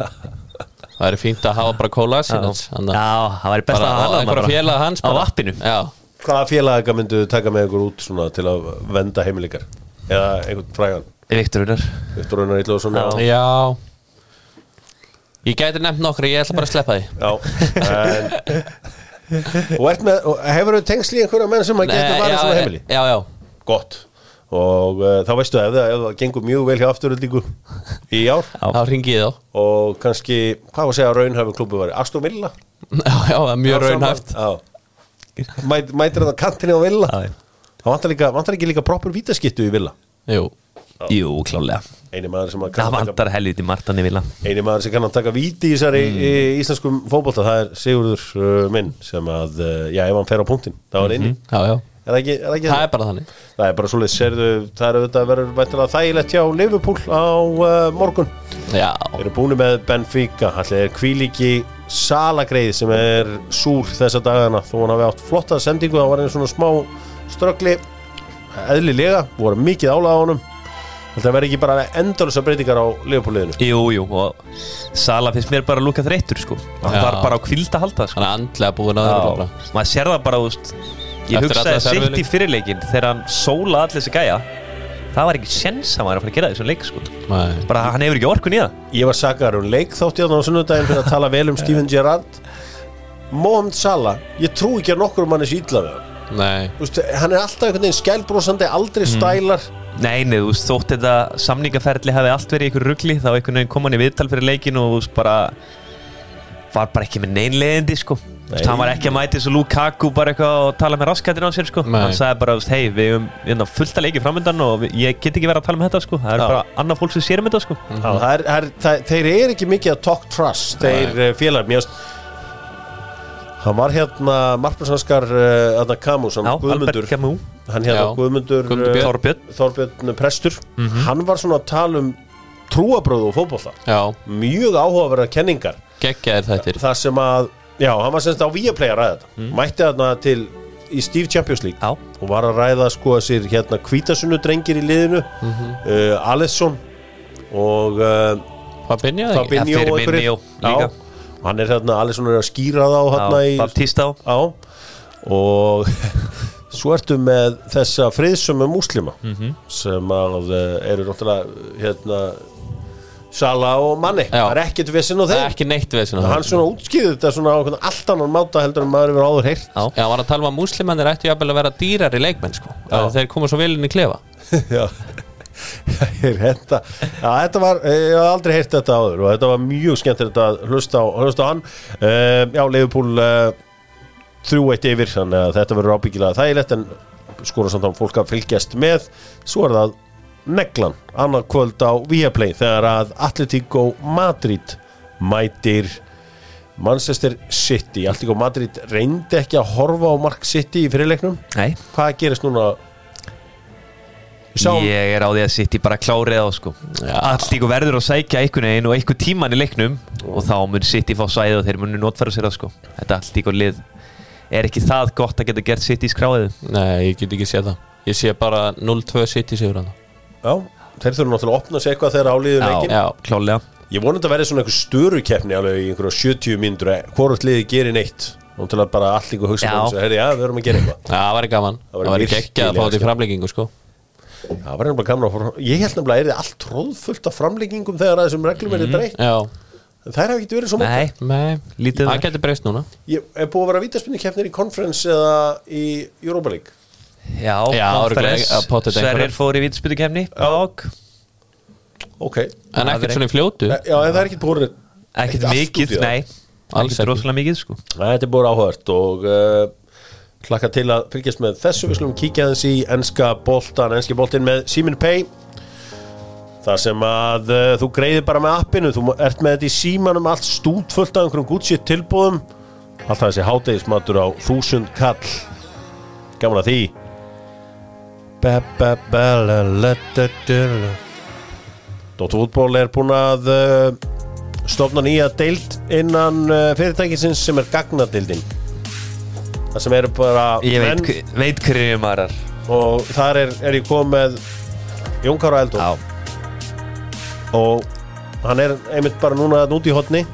S3: það er fínt að hafa bara kóla
S2: Já,
S3: sinans
S2: Já, það væri best að hafa hann
S3: einhverja
S2: bara
S3: félag hans
S2: á
S3: bara.
S2: appinu
S3: Já,
S1: hvaða félaga myndu þau taka með ykkur út svona til að venda heimilikar eða einhvern frægan
S2: Viktor Unnar
S1: Viktor Raunar Ítlóðsson
S2: Já.
S3: já Ég gæti nefnt nokkri, ég ætla bara að sleppa því
S1: Já en, Og, ert með, og hefur þau tengsl í einhverja menn sem að geta
S3: Nei,
S1: varðið
S3: já,
S1: svona heimili?
S3: Já, já,
S1: Gott Og uh, þá veistu ef það, ef það gengur mjög vel hjá afturöldingu í ár
S2: Já.
S3: þá ringi ég þá
S1: og kannski, hvað var að segja að raunhæfum klubbu var Aston Villa
S3: *laughs* Já, já, það er mjög raunhæft
S1: Já. Mæt, Mætir þetta kantinni á Villa
S2: Já, já.
S1: Það vantar, líka, vantar ekki líka proper vítaskittu í Villa
S3: Jú,
S2: Jú, klálega
S1: Einu maður sem að
S2: Það
S1: kann að taka,
S2: vantar helviti margt hann í vila
S1: eini maður sem kann að taka víti í þessari í íslenskum fótbolta það er Sigurður uh, minn sem að, uh, já ef hann fer á punktinn þá er inni,
S3: já, já
S1: er það ekki, er það ekki
S3: Mhm. Það er bara þannig
S1: Það er bara svolítið, serðu, það er auðvitað verður væntanlega þægilegt hjá Liverpool á uh, morgun.
S3: Já,
S1: Þeir eru búinu með Benfica, allir er kvílíki salagreið sem er súr þessa dagana þó hann hafi átt flotta sendingu, það var einu svona smá ströggli, eðlilega, voru mikið álaga á honum. Þetta verður ekki bara endalösa breytingar á Liverpool-liðinu.
S2: Jú, jú, og Sala finnst mér bara að lúka þreyttur sko Hann
S3: Já.
S2: var bara á kvild að halda sko
S3: hann er andlega búin að það bara
S2: Maður sér það bara, þú veist Ég
S3: Eftir
S2: hugsaði
S3: alla þessa
S2: sitt
S3: erfiðu
S2: í fyrirleikin þegar hann sólaði allir þessi gæja Það var ekki sens að maður að fara að gera þessum leik sko
S3: Nei.
S2: Bara hann hefur ekki orkun í það
S1: Ég var sakar um leik þátt ég á sunnudaginn fyrir að tala vel um Steven Gerrard. Mohamed Salah, ég trú ekki að nokkur manni sé illa við hann.
S3: Nei,
S1: Þú veist, hann er alltaf einhvern veginn skælbrósandi, aldrei stælar.
S2: Nei, nei, þú veist, þótt þetta samningaferli hafi allt verið í ykkur ruggli þá einhvern veginn kom hann í viðtal fyrir leikin og þú veist bara var bara ekki með neynleðindi sko Þú veist,
S1: Nei.
S2: hann var ekki að mæti þessu Lukaku bara eitthvað og tala með raskættin á sér sko
S3: Nei.
S2: hann sagði bara, þú veist, hei, við höfum hérna, fullt að leiki framöndan og við, ég get ekki verið að tala um þetta sko það er
S1: Já.
S2: bara annað fólk sem sér um þetta sko
S1: Já, það er, það er, það, þeir eru ekki mikið að talk trust þeir uh, félagar mjög hann var hérna markmannsanskar uh, hérna Camus, hann
S2: Já,
S1: Guðmundur
S2: Albert Camus,
S1: hann hérna
S3: Já.
S1: Guðmundur
S3: Guðmundur
S1: uh,
S3: Björn.
S2: Þorbjörn
S1: Þorbjörn Prestur hann var svona að tala um trúabröð og fótbolta
S3: já,
S1: mjög áhugaverðar kenningar
S3: geggjaðir þættir
S1: þar sem að, já, hann var semst á Viaplay að ræða þetta, mætti þarna til í Steve Champions League
S2: Já,
S1: og var að ræða sko að sér hérna kvítasunnu drengir í liðinu uh, Alesson og uh,
S3: Hvað binn ég það ekki?
S1: Fabinho
S2: Ja, fyrir
S1: og einhverjir.
S2: Minni og líka.
S1: Já. og hann er hérna, Alisson er að skýra þá hérna
S2: já
S1: í
S2: Baptista og
S1: á, og *laughs* svo ertu með þessa friðsömu múslima sem að eh, eru náttúrulega hérna Sala og Manni,
S3: Já.
S1: það er ekkert vissinn á
S3: Það er
S1: þeim
S3: ekki neitt við svona
S1: hann svona útskýði þetta svona á einhvern allt annan máta heldur en maður hefur áður heyrt
S3: Já, hann var að tala um að múslimannir ættu jafnvel að vera dýrari leikmenn sko að þeir koma svo vel inn í klefa
S1: *laughs* Já Er þetta, já, þetta var, eh, ég hef aldrei heyrt þetta áður og þetta var mjög skemmtilegt að hlusta á, hlusta á hann uh, Já, Leifupúl uh, 3-1 yfir, þannig að þetta verður ábyggilega þægilegt en skora samt á fólk að fylgjast með Svo er það neglan, annar kvöld á Viaplay þegar að Atletico Madrid mætir Manchester City Atletico Madrid reyndi ekki að horfa á Mark City í fyrirleiknum
S2: Nei,
S1: Hvað gerist núna? Við sáum-
S2: ég er á því að sitt í bara klárið á sko
S3: Já.
S2: allt ykkur verður að sækja einhvern veginn og einhver tíman í leiknum og þá mun sitt í fá sæði og þeir munu notfæra sér það sko þetta allt ykkur lið er ekki það gott að geta gert sitt í skráðið
S3: Nei, ég get ekki séð það Ég sé bara 0-2 City sigur hann
S1: Já, þeir þurfum náttúrulega að opna sig eitthvað þegar áliður leikin
S3: já.
S2: klálega
S1: Ég vonandi að verði svona einhver störukeppni alveg í einhverjum 70 mínútur að hvort liði gerir neitt Náttúrulega bara allt líka hugsa
S2: Já.
S1: um þess að herri, já, við verum að gera eitthvað
S3: Já, það væri gaman
S1: Það
S3: Það
S1: væri
S3: væri, geggjað að fá
S1: virkilega
S3: þetta í framleggingu sko
S1: Það var nefnilega gaman að fór Ég held nefnilega að er þið allt tróðfullt af framleggingum þegar að þessum reglum er breytt
S3: Já,
S1: En þær hafa ekki verið svo móta
S2: Mhm. nei,
S3: nei,
S2: Lítið
S3: það
S2: þar.
S3: getur breyst núna
S1: Ég er búið að vera vítaspinnukeppnir í Conference eða í Europa League
S2: já,
S3: Já,
S2: Conference,
S3: örugglega, að pottet einhverjar.
S2: Sverrir fór í vitspytukefni og
S1: Ok, Eh,
S2: Það
S3: En
S2: er-
S3: ekkert svona í fljótu
S1: já, en það er ekki búið allt
S2: ekkert
S1: út í
S2: mikið,
S1: það.
S2: nei
S3: Alls
S2: ekkert
S3: ekki.
S2: rosalega mikið sko
S1: Nei, Þetta er búið áhört og uh, Klakka til að fylgjast með þessu Við slum kíkja aðeins í enska boltan Enski boltin með Simin Pay Það sem að uh, þú greiðir bara með appinu Þú ert með þetta í símanum allt stútfullt af einhverjum Gucci tilbúðum Allt það þessi hátegismatur á þúsund kall Gaman að því Ba, ba, ba, la, la, da, da, la. Dóttu fútból er búin að uh, stofna nýja deild innan uh, fyrirtækisins sem er gagnadeildin Það sem eru bara
S2: Ég
S1: menn-
S2: veit, hver- veit hverju maður er
S1: og þar er, er ég komið með Jón Kára Eldó
S2: Já,
S1: og hann er einmitt bara núna þarna úti í hotni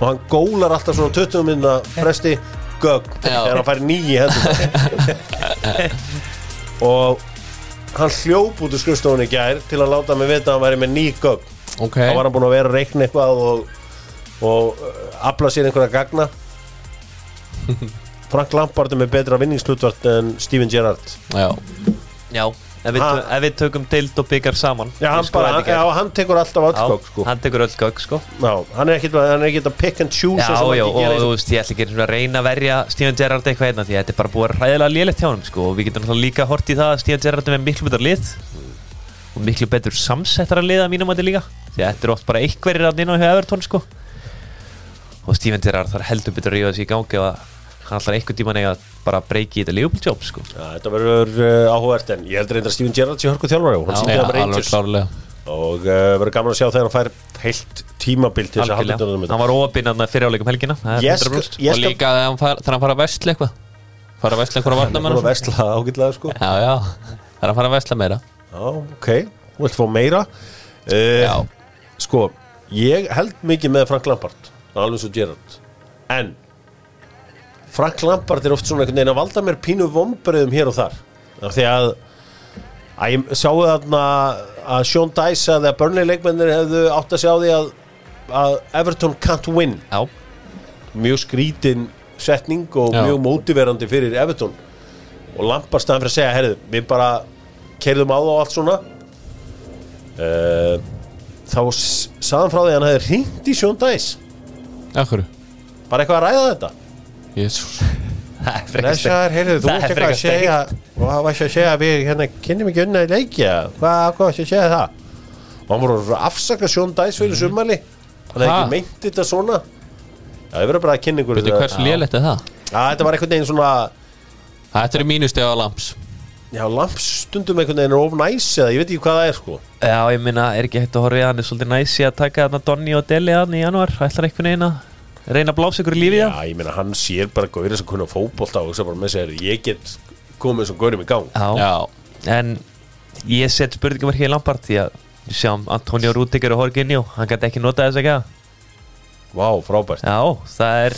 S1: og hann gólar alltaf svona 20 minna fresti gögg
S3: Já.
S1: þegar hann fær nýji hendur
S2: *laughs*
S1: og hann hljóp út úr skrifstofunni í gær til að láta mig vita að hann væri með ný gögg
S3: Ok
S1: þá var hann búin að vera að reikna eitthvað og, og uh, afla sér einhverja gagna Frank Lampard er með betra vinningslutvart en Steven Gerrard
S3: Já,
S2: já Ef við,
S1: Ha.
S2: ef við tökum dild og byggar saman
S1: Já, hann,
S2: Ég skoðaði
S1: bara, hann,
S2: þetta í gær.
S1: já, hann tekur alltaf
S2: Já,
S1: öll gögg sko.
S2: hann tekur öll gögg sko
S1: Já, hann er ekkert hann er ekkert að pick and choose
S2: Já,
S1: eins og hann
S2: já,
S1: ekki
S2: og
S1: gerir sko.
S2: þú
S1: eins og-
S2: veist, ég ætla ekki að reyna að verja Steven Gerrard eitthvað einna því að þetta er bara búið að ræðilega lélegt hjá hann sko, og við getum náttúrulega líka hort í það að Steven Gerrard er með miklu betur lið og miklu betur samsettara lið að mínum að þetta líka því að þetta er oft bara einhverjir að nýna á hjá Everton sko. og Steven Gerrard þarf heldur betur að rífa sig í gangi og hann ætlar einhvern tíman eiga að bara breyki í þetta lífumtjóp sko.
S1: Já, Þetta verður uh, áhugavert en ég heldur reyndar að Steven Gerrard sé hörku þjálfari og hann
S3: já,
S1: sýndi það með
S3: alveg
S1: Rangers
S3: klárlega
S1: og uh, verður gaman að sjá þegar hann fær heilt tímabil til þess að halda
S2: Algjörlega.
S1: utan um
S2: hann
S1: þetta
S2: var óopinn að fyrir áleikum helgina það er
S1: Ég skal-
S2: 100%.
S1: ég
S3: Og
S1: skal
S3: líka þegar hann far- þegar hann fara að vestla eitthvað Fara að vestla eitthvað
S1: Hann er
S3: varnamenn
S1: að vesla ágætlega sko
S3: Já, já, þegar hann fara að vestla meira
S1: Já, ok, þú vilt fá meira
S3: Já,
S1: uh, Sko, ég held mikið með Frank Lampard alveg svo Gerrard en Frank Lampard er oft svona einhvern veginn að valda mér pínu vombriðum hér og þar af því að að ég sáu þarna að Sean Dice að Burnley leikmennir hefðu átt að sjá því að, að Everton can't win
S2: já, *laughs*
S1: mjög skrítin setning og
S3: Já.
S1: mjög mótiverandi fyrir Everton og Lampard staðan fyrir að segja herðu, við bara keirðum á það og allt svona uh, þá s- sagði hann frá því að hann hefði hringt í Sean Dice
S3: akkur
S1: bara eitthvað að ræða þetta
S3: Jésús
S2: það er frekar steikt.
S1: Nessar, heyrðu, þú veist
S2: Það er
S1: eitthvað að
S2: frekar
S1: segja hvað varst að segja að við hérna kynnum ekki unna í leikja hvað hvað varst að segja það og hann voru að afsaka Sean Dice fyrir sumali hann hefði
S3: Ha?
S1: ekki meint þetta svona já, ég verður bara að kynna ykkur
S3: Veitu
S1: þetta.
S3: hversu lélegt er það?
S1: Já, þetta var einhvern veginn svona
S3: Þetta er mínustega á Lamps
S1: Já, lamps stundum einhvern veginn er of næs eða ég veit ekki hvað það er sko
S2: Já, ég minna, er ekki hægt að horfa í að hann er svolítið næsi að taka þarna Donny og Deli hann í januar ætlar einhvern veginn að reyna að blása ykkur í lífið
S1: Já,
S2: já.
S1: ég meina hann sér bara gaurið sem kunna fótbolta og hugsa bara með sér ég get komið sem gaurið í gang
S2: Já.
S3: Já,
S2: en ég set spurningum ekki í Lampard því að við sjáum Antonio Rúdikar og Jorginho hann gæti ekki notað þess að gæða
S1: Vá, frábært
S2: Já, það er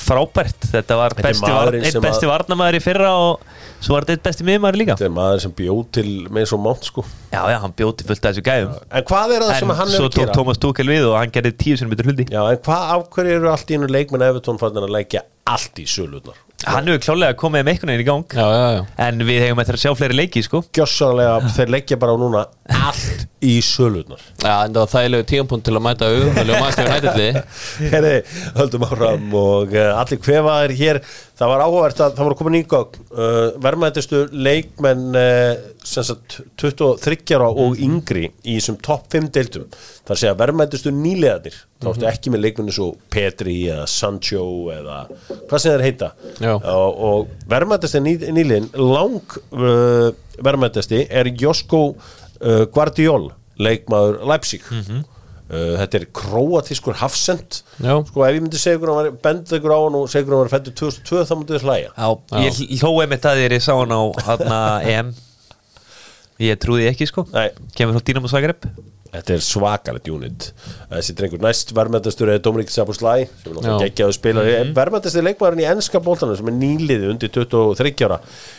S2: frábært þetta var
S1: Þetta er
S2: besti, var,
S1: maðurinn
S2: einn
S1: sem að-
S2: besti varnamæður í fyrra og svo var þetta einn besti miðmæður líka
S1: Þetta er maður sem bjóð til með svo mátt sko
S2: Já, já, hann bjóti fullt af þessu gæðum
S1: En hvað er það sem
S2: en
S1: hann er
S2: svo
S1: að
S2: tók
S1: gera?
S2: Thomas Tuchel við og hann gerði tíu sinni betur hluti
S1: Já, en hvað, af hverju eru allt í einu leikmenn Evertón farnir að leikja allt í sölunar?
S2: Hann hefur klálega komið með einhvern veginn í gang
S3: já, já, já
S2: en við hefum eftir að sjá fleiri leiki sko
S1: Gjössanlega, þeir leikja bara núna allt í sölunar
S3: Já, en það var þægilegu tíðanpunkt til að mæta auðvölu og mannstjóður
S2: *laughs*
S3: nættið
S1: *laughs* Hérði, höldum áfram og uh, allir kvefaðir hér það var áhugavert að það voru komin yngögn uh, vermaðistu leikmenn uh, sem sagt 23 ára og yngri í þessum topp 5 deildum það sé að vermaðistu nýlegaðir þá ertu ekki með leikmennu svo Petri eða Sancho eða hvað sem þeir heita
S3: Já.
S1: og, og vermaðistu ný, nýlegin lang uh, vermaðisti er Josko uh, Guardiol leikmaður Leipzig Uh, þetta er króatískur hafsend
S3: Já.
S1: sko ef ég myndi segja ykkur að hann var benda ykkur á hann og segja ykkur að hann var fættur 2002 þá myndi þið hlæja
S2: Já, ég hlóði með það þegar ég sá hann á hana, *laughs* EM Ég trúði ekki sko
S1: Nei.
S2: Kemur frá Dynamo Zagreb
S1: þetta er svakalegt unit þessi drengur næst verðmættastur er Dominik Sabuslæ sem er náttúrulega
S3: Já. Mhm.
S1: geggjaðu spilar mm -hmm. verðmættastur leikmaðurinn í enska bóltanum sem er nýliði undir 23 ára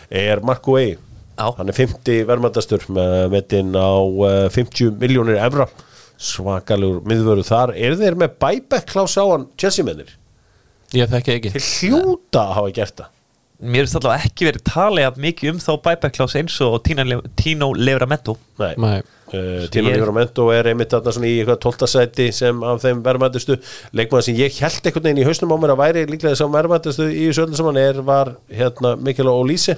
S1: er Marko Ey
S2: Já.
S1: hann er 50 verðmættastur með metinn á eh, 50 miljónir evra svakalegur miðvöru þar er þeir með bæbæk klás á hann Chelsea mennir
S3: Ég þekki ekki
S1: til hljóta að hafa gert það
S2: Mér finnst allavega ekki verið talið jafn mikið um þá bæbækklás eins og Tino Levrametto
S1: Nei.
S3: Nei.
S1: Uh, Tino Livramento er einmitt þarna svona í eitthvað 12. sæti sem af þeim verðmættistu leikmaður sem ég held einhvern veginn í hausnum á mér að væri líklega sem verðmættistu í sölun sem hann er var hérna Mikkel Ólísi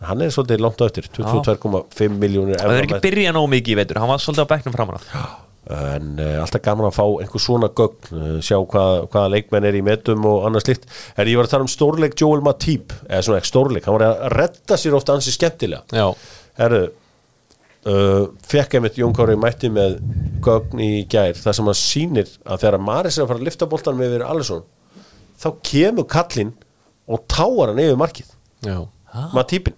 S1: hann er svolítið langt á eftir 22,5 miljónir
S2: Mm. Það er
S1: evra
S2: ekki
S1: mætt.
S2: byrjað nóg mikið í veitur, hann var svolítið á bekknum framar
S1: en uh, alltaf gaman að fá einhver svona gögn uh, sjá hvað, hvaða leikmenn er í metum og annars líkt en ég var að tala um stórleik Joel Matip eða svona ekki stórleik, hann var að redda sér ofta ansi skemmtilega
S3: Já,
S1: Herru uh, Fekk einmitt Jón Kári mætti með gögn í gær þar sem hann sýnir að þegar Maris er að fara að lifta boltan með yfir Alisson þá kemur kallinn og táar hann yfir markið
S3: já
S2: Ah.
S1: maður típin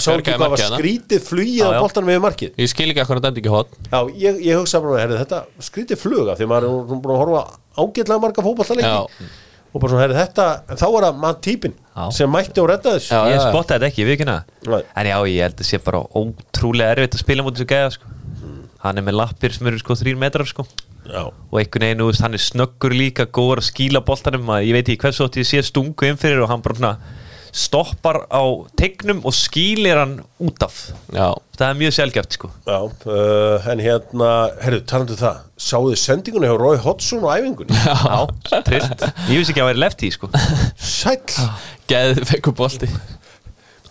S1: Sá ekki
S3: Bjargaði
S1: hvað var
S3: markið hana.
S1: skrítið flugið
S2: Já,
S1: á
S2: já.
S1: boltanum yfir markið
S3: Ég skil ekki að hvernig dændi ekki hot
S1: Já, ég, ég hugsa bara með, herri, þetta skrítið flug af því maður er nú búin að horfa ágætlega marga fótballaleiki
S3: Já.
S1: og bara svona, herri, þetta en þá er það maður típin
S2: Já.
S1: sem mætti og redda þess
S3: Já,
S2: Ég
S3: já.
S2: spottaði þetta ekki, við ekki
S1: Nei.
S2: neða En já, ég held að sé bara ótrúlega erfitt að spila mútið þessu gæja sko. Hann er með lappir sem eru sko þrír metrar sko
S1: Já.
S2: og einhvern veginn, þú veist, hann er snöggur líka góður að skýla boltanum að ég veit ekki hversu oft ég sé stungu inn fyrir og hann bara svona stoppar á tegnum og skýlir hann út af
S3: Já,
S2: það er mjög sjálfgeft sko
S1: Já, uh, en hérna, herru, talandu það Sáðu sendingunni hjá Rói Hotsson á æfingunni
S3: *laughs*
S2: Já, trist Ég vissi ekki að hann væri lefti sko
S1: Sæll,
S3: geðið fekkur bolti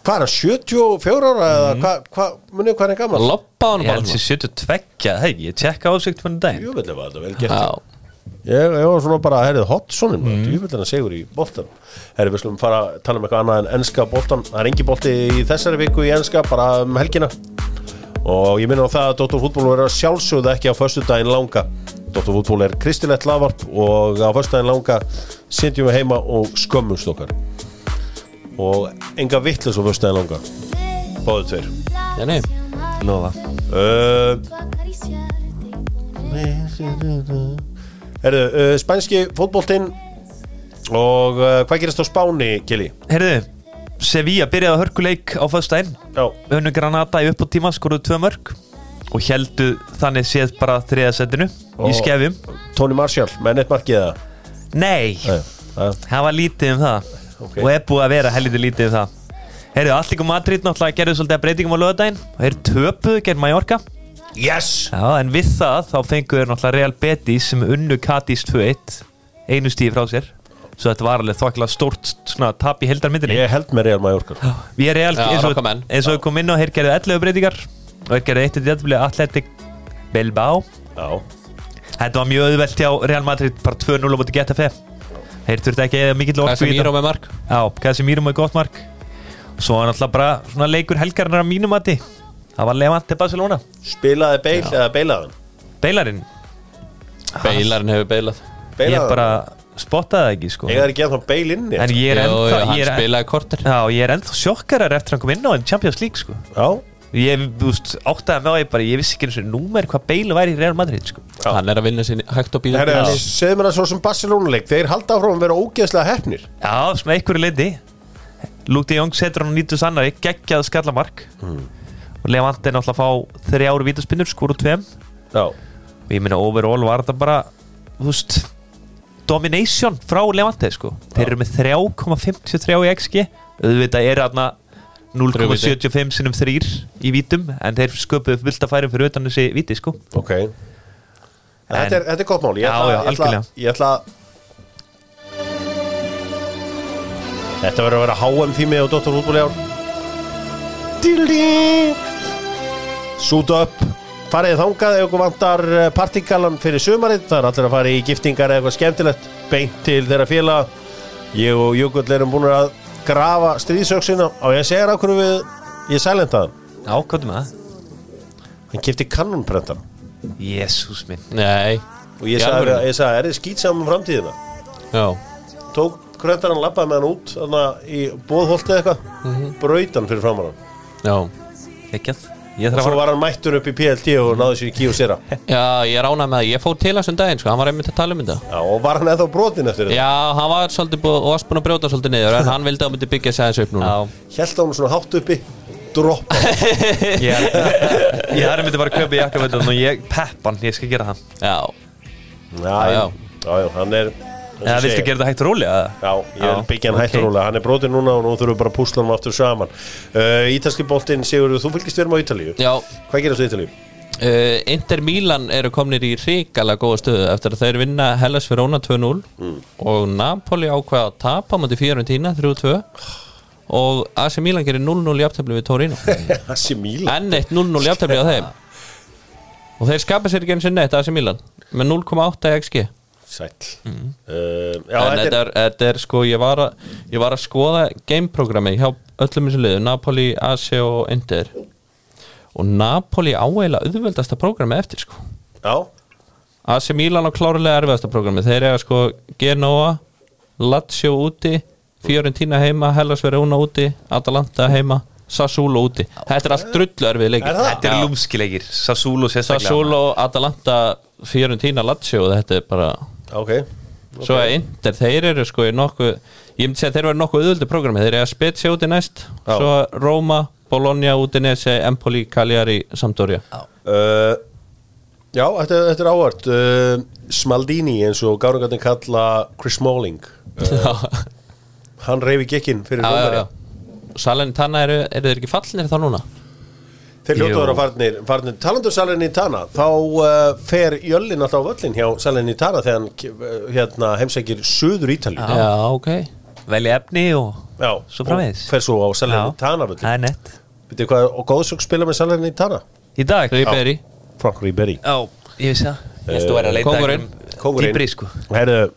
S1: hvað er það, 74 ára eða hvað, hva, munið hvað er gammal?
S3: Loppa hann
S2: Ég
S3: bara
S2: held sér
S3: svona.
S2: 72, hei, ég tjekka ásökt fyrir dag
S1: Jú, veldi, var þetta vel gert
S3: Já,
S1: ég, ég var svona bara, herru, Hotssonin mm. Jú, veldi, hann segur í boltan Herru, við slum fara að tala um eitthvað annað en ennska boltan Það er engi bolti í þessari viku í ennska, bara um helgina Og ég minna á það að Dóttor Fútból er að sjálfsögða ekki á föstudaginn langa. Dóttor Fútból er kristilegt lavarp og á föstudaginn langa sitjum við heima og skömmumst okkar. Og enga vittlis á föstudaginn langa. Báðu tveir.
S3: já, nei
S1: Iya,
S2: Lofa
S1: Uh,
S4: Acariciarte.
S1: Herðu, uh, spænski fótboltinn og uh, hvað gerist á Spáni, Kili?
S2: Herðu, Sevilla byrjaði að hörkuleik á föstudaginn
S1: Já,
S2: Önnu Granata í uppáttíma skoruðu tvö mörg og heldu þannig séð bara þriðasettinu
S1: Ó.
S2: í skefjum
S1: Tony Marshall með neitt markið eða?
S2: Nei,
S1: Nei, það-
S2: það var lítið um það
S1: Ok.
S2: og er búið að vera helviti lítið um það Herðu, Allíku Madrid náttúrulega gerðu svolítið að breytingum á lögadaginn og þeir töpuðu gerð Mallorca
S1: Yes!
S2: Já, en við það þá fengu þeir náttúrulega Real Betis sem unnu Katís 2-1 einu stíði frá sér svo þetta var alveg þokkilega stórt svona tap í heldarmyndinni
S1: Ég held með Real Mallorca.
S2: Við erum
S3: Já,
S2: eins og,
S3: rokkamenn.
S2: eins og við komum inn á, þeir gerðu 11 breytingar og þeir gerðu eitt þetta blið Atletic Bilbao
S1: Já,
S2: Þetta var mjög auðvelt hjá Real Madrid bara 2-0 á bóti Getafe Þeir þurftu ekki eða mikill
S3: Hvað
S2: orku
S3: sem
S2: í
S3: ég
S2: þetta
S3: með mark
S2: Já, Casemiro með gott mark Svo var náttúrulega bara svona leikur helgarinnar að mínum mati Það var Levante Barcelona
S1: spilaði beil eða beilaðan?
S2: Beilarinn,
S3: Beilarinn hefur beilað
S2: ég bara spottaði það ekki sko
S1: Ég er ekki að það beil inni
S2: En ég er
S3: Jó,
S2: ennþá
S3: já, hann
S2: ég er,
S3: spilaði korter
S2: Já, ég er ennþá sjokkarar eftir að hann kom inn á en Champions League sko
S1: Já,
S2: Ég, þú veist, áttaði með á ég bara, ég vissi ekki eins og númer hvað Bale væri í Real Madrid sko
S3: Hann er að vinna sinni hægt og býða
S1: Herra, segðu mér það svo sem Barcelona-leik Þeir halda áfram að vera ógeðslega hefnir
S2: Já, sem einhverju leiti Luke de Jong setur hann á 90 sannari geggjað skallamark og Levante er náttúrulega að fá þrjáru vítaspinnur skor og tveim
S1: Já,
S2: og ég meina overall var þetta bara þú veist domination frá Levante sko þeir eru með 3,53 í XG auðvitað er þarna 0,75 sinum þrýr í vítum en þeir sköpuðu vilt að færum fyrir utan þessi víti sko
S1: ok en, þetta, er, þetta er gott mál Ég
S2: Já,
S1: ætla-
S2: já,
S1: ég ætla-
S2: algjörlega.
S1: Ég ætla að Þetta verður að vera HM tími og Dóttar Fútbol í ár Dildi Sút upp Farið þangað ef okkur vantar eh, partikalan fyrir sumarið Það er allir að fara í giftingar eða eitthvað skemmtilegt Beint til þeirra félaga Ég og Jökull erum búin að grafa stríðsöksina Og ég segir E af hverju við Ég sælenda hann
S2: Já, hvað er með það?
S1: Hann kipti kannonprentan
S2: Jésús minn
S3: Nei
S1: Og ég
S3: Í
S1: sagði,
S3: alvörunni?
S1: ég sagði, er þið skýt saman um framtíðina?
S3: Já
S1: Tók kröntan hann labbaði með hann út Þannig að í bóðholti eða eitthvað mm hann fyrir framar hann
S3: Já
S2: Ekkert Ég
S1: Og
S2: þarf að
S1: svo
S2: fara
S1: var hann mættur upp í PLT og náði sér í kíu sera
S3: Já, ég ránaði með það Ég fór til þessum daginn, sko Hann var einmitt að tala um þetta
S1: Já, og var hann eða brotin eftir þetta
S3: Já, hann var svolítið búið og varst búin að brjóta
S2: *laughs*
S3: svolítið niður En hann vildi að hann myndi byggja sig aðeins upp núna
S2: Já,
S1: Hjælt á hann svona hátt uppi Droppa
S2: ég *laughs* ég þarf að myndi bara að kaupa jakkaföldun og ég peppan, ég skal gera það
S3: Já,
S1: Já, já,
S3: já.
S1: já, já, hann er
S2: eða viltu gera þetta hægt og rólega eða?
S1: Já, ég er
S2: Já,
S1: byggja hann
S2: ok.
S1: hættur rólega, hann er brotin núna og nú þurfum við bara að púsla hann aftur saman uh, Ítalski boltinn, Sigurður, þú fylgist verðum á Ítalíu
S3: já
S1: Hvað gerast á Ítalíu? *laughs*
S3: Uh, Inter Milan eru komnir í ríkala góða stöðu eftir að þeir vinna Hellas Verona 2-0
S1: Mm.
S3: og Napoli ákvaða að tapa á múti 3-2 og AC Milan gerir 0-0 jafntefni við
S1: *laughs*
S3: Torino
S1: Assi Mílan
S3: enn eitt 0-0 jafntefni á þeim og þeir skapa sér ekki eins og neitt AC Milan með 0,8 XG
S1: Sæll uh, Já,
S3: en þetta
S1: þetta er
S3: er, þetta er sko ég var, að, ég var að skoða gameprogrammi hjá öllum þessu liðu, Napoli, AC og Inter og Napoli áeila auðveldasta programmi eftir sko
S1: Já,
S3: AC Milan á klárlega erfiðasta programmi þeir eiga sko Genoa Lazio úti, Fiorentina heima Hellas Verona úti, Atalanta heima Sassuolo úti, þetta er allt drullu erfið
S1: Er
S3: leikir
S1: það?
S3: Já.
S4: Þetta er lúmskilegir, Sassúlu sérstaklega
S3: Sassuolo, Atalanta, Fiorentina, Lazio þetta er bara
S1: ok
S3: Svo að Inter, þeir eru sko í nokkuð Ég myndi segja að þeir eru nokkuð auðvöldu prógrami Þeir eru að Spezia úti næst
S1: Já.
S3: Svo Róma, Bologna, Udinese, Empoli, Cagliari, Sampdoria
S1: uh, Já, þetta, þetta er áhvert uh, Smaldini eins og gáðungarnir kalla Chris Smalling
S3: *laughs* Já,
S1: Hann reyfi gekkin fyrir
S3: já, já,
S1: Rómarja
S3: já Salernitana eru, eru þeir ekki fallinir þá núna?
S1: Þeir
S4: Jú.
S1: hljótaður að farnir, farnir talandur Salinni Tana, þá uh, fer Jölli náttúrulega á völlin hjá Salinni Tana þegar hann ke- hérna, heimsækir söður Ítalju.
S3: Já, ok
S4: Velja efni og
S1: Já,
S4: Svo
S1: og
S4: framvegis.
S1: Fer svo á Salinni
S4: Já.
S1: Tana
S4: Það
S1: völlin.
S4: er nett
S1: Vitið hvað, og góðsök spila með Salinni Tana?
S4: Í dag
S3: Ribéry
S1: Frank Ribery.
S4: Já, ég vissi það Ég veist þú væri að leita
S3: Kóngurinn.
S4: einhverjum
S1: Kóngurinn.
S4: Dýbri sko
S1: Herðu,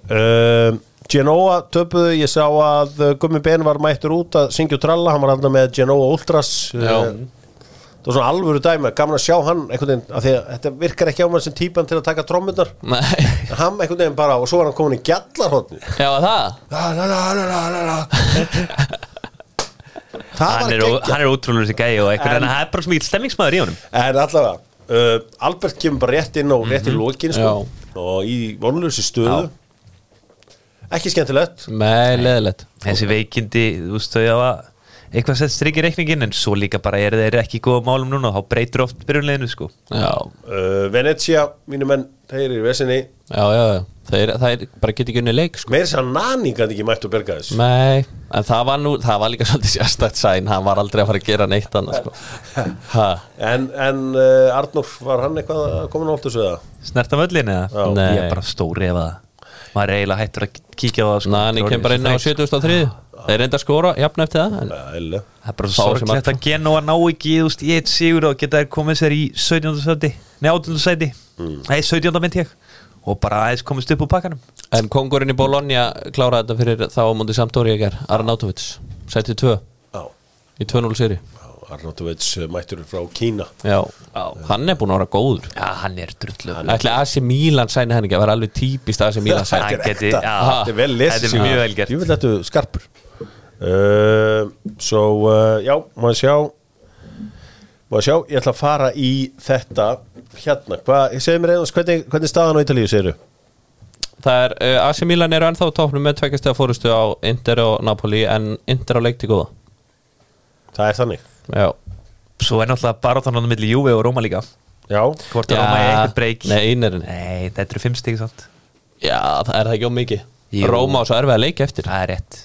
S1: um, Genoa töpuðu, ég sá að uh, Gummi Ben var mættur út að syngja og tralla, hann var alltaf með Genoa Ultras.
S3: Já.
S1: Uh, það var svona alvöru dæmi, gaman að sjá hann einhvern veginn, af því að þetta virkar ekki á mann sem típan til að taka trommunar.
S3: Nei,
S1: hann einhvern veginn bara og svo var hann komin í gjallarhóttni
S3: *laughs* já það
S1: það
S4: Hann
S1: var
S4: er, ó-
S1: geggja
S4: hann er ótrúlega þessi gæi og eitthvað
S1: En-
S4: en það er bara svo mikið stemmingsmaður í honum
S1: en allavega, uh, Albert kemur bara rétt inn og
S4: Mhm.
S1: rétt í lokin sko, og í vonlösi stöðu ekki skemmtilegt
S3: Nei, leðilegt
S4: Þessi veikindi, þú veist þau hafa eitthvað sett strikk í reikningin en svo líka bara eru þeir ekki í góða málum núna og þá breytir oft byrjunleginu sko
S3: Já,
S1: uh, Venetia, mínu menn, þeir eru í vesinni
S3: já, já, já. Þeir, þeir bara geti ekki unni leik sko
S1: meira sér að Nani gæti ekki mætt og berga þess
S3: Nei, en það var nú, það var líka svolítið sérstætt sæn Hann var aldrei að fara að gera neitt annað sko Ha,
S1: en, en uh, Arnur, var hann eitthvað komin á allt þessu eða?
S4: Snert af öllin eða?
S1: Já.
S3: Nei.
S4: Ég er bara stóri ef að maður er eiginlega hættur að kíkja á það sko.
S3: Nani
S4: Þetta er
S3: kemur bara
S4: orðið
S3: inn á
S4: þessi þreytt,
S3: 73 Þeir reynda að skora, jafn eftir það en,
S1: Ja, eðlilega.
S4: sko. Það er bara
S3: Fá sem
S4: sorglegt að Genoa ná ekki þú veist, í eitt sigur og geta þær komið sér í 17. sæti Nei, 18. sæti Nei, 17. myndi ég og bara aðeins komist upp úr pakkanum
S3: en kongurinn í Bologna kláraði þetta fyrir þá á múndi Sampdóri ég er Arnautovic, sætti 2
S1: Já,
S3: í 2-0 seri
S1: já, Arnautovits uh, mættur frá Kína
S3: Já, hann er búin að vera góður
S4: Já, hann er drullu
S3: Ætli AC Milan sæni henni ekki að vera alveg típist AC
S1: *laughs*
S3: Milan sæni
S4: Hann geti,
S1: ekta.
S4: já,
S1: Þetta er vel lesið
S4: Þetta er mjög vel gert
S1: Ég vil þetta skarpur uh, Svo, uh, já, maður sjá Maður sjá, ég ætla að fara í þetta Hérna, hvað, ég segi mér einhvers Hvernig, hvernig staðan á Ítalíu segirðu?
S3: Það er, uh, AC Milan eru ennþá á topnum með tveggjastega fórustu á Inter og Napoli en Inter á leikti góða
S1: Það er þannig
S3: Já,
S4: Svo er náttúrulega barátan á milli Júve og Róma líka
S1: Já,
S4: Hvort að Róma er eitthvað breyk
S3: Nei, einerin
S4: Nei, þetta eru fimm stík sant
S3: Já, það er það ekki á mikið
S4: Jú.
S3: Róma á svo erfið að leiki eftir
S4: Það er rétt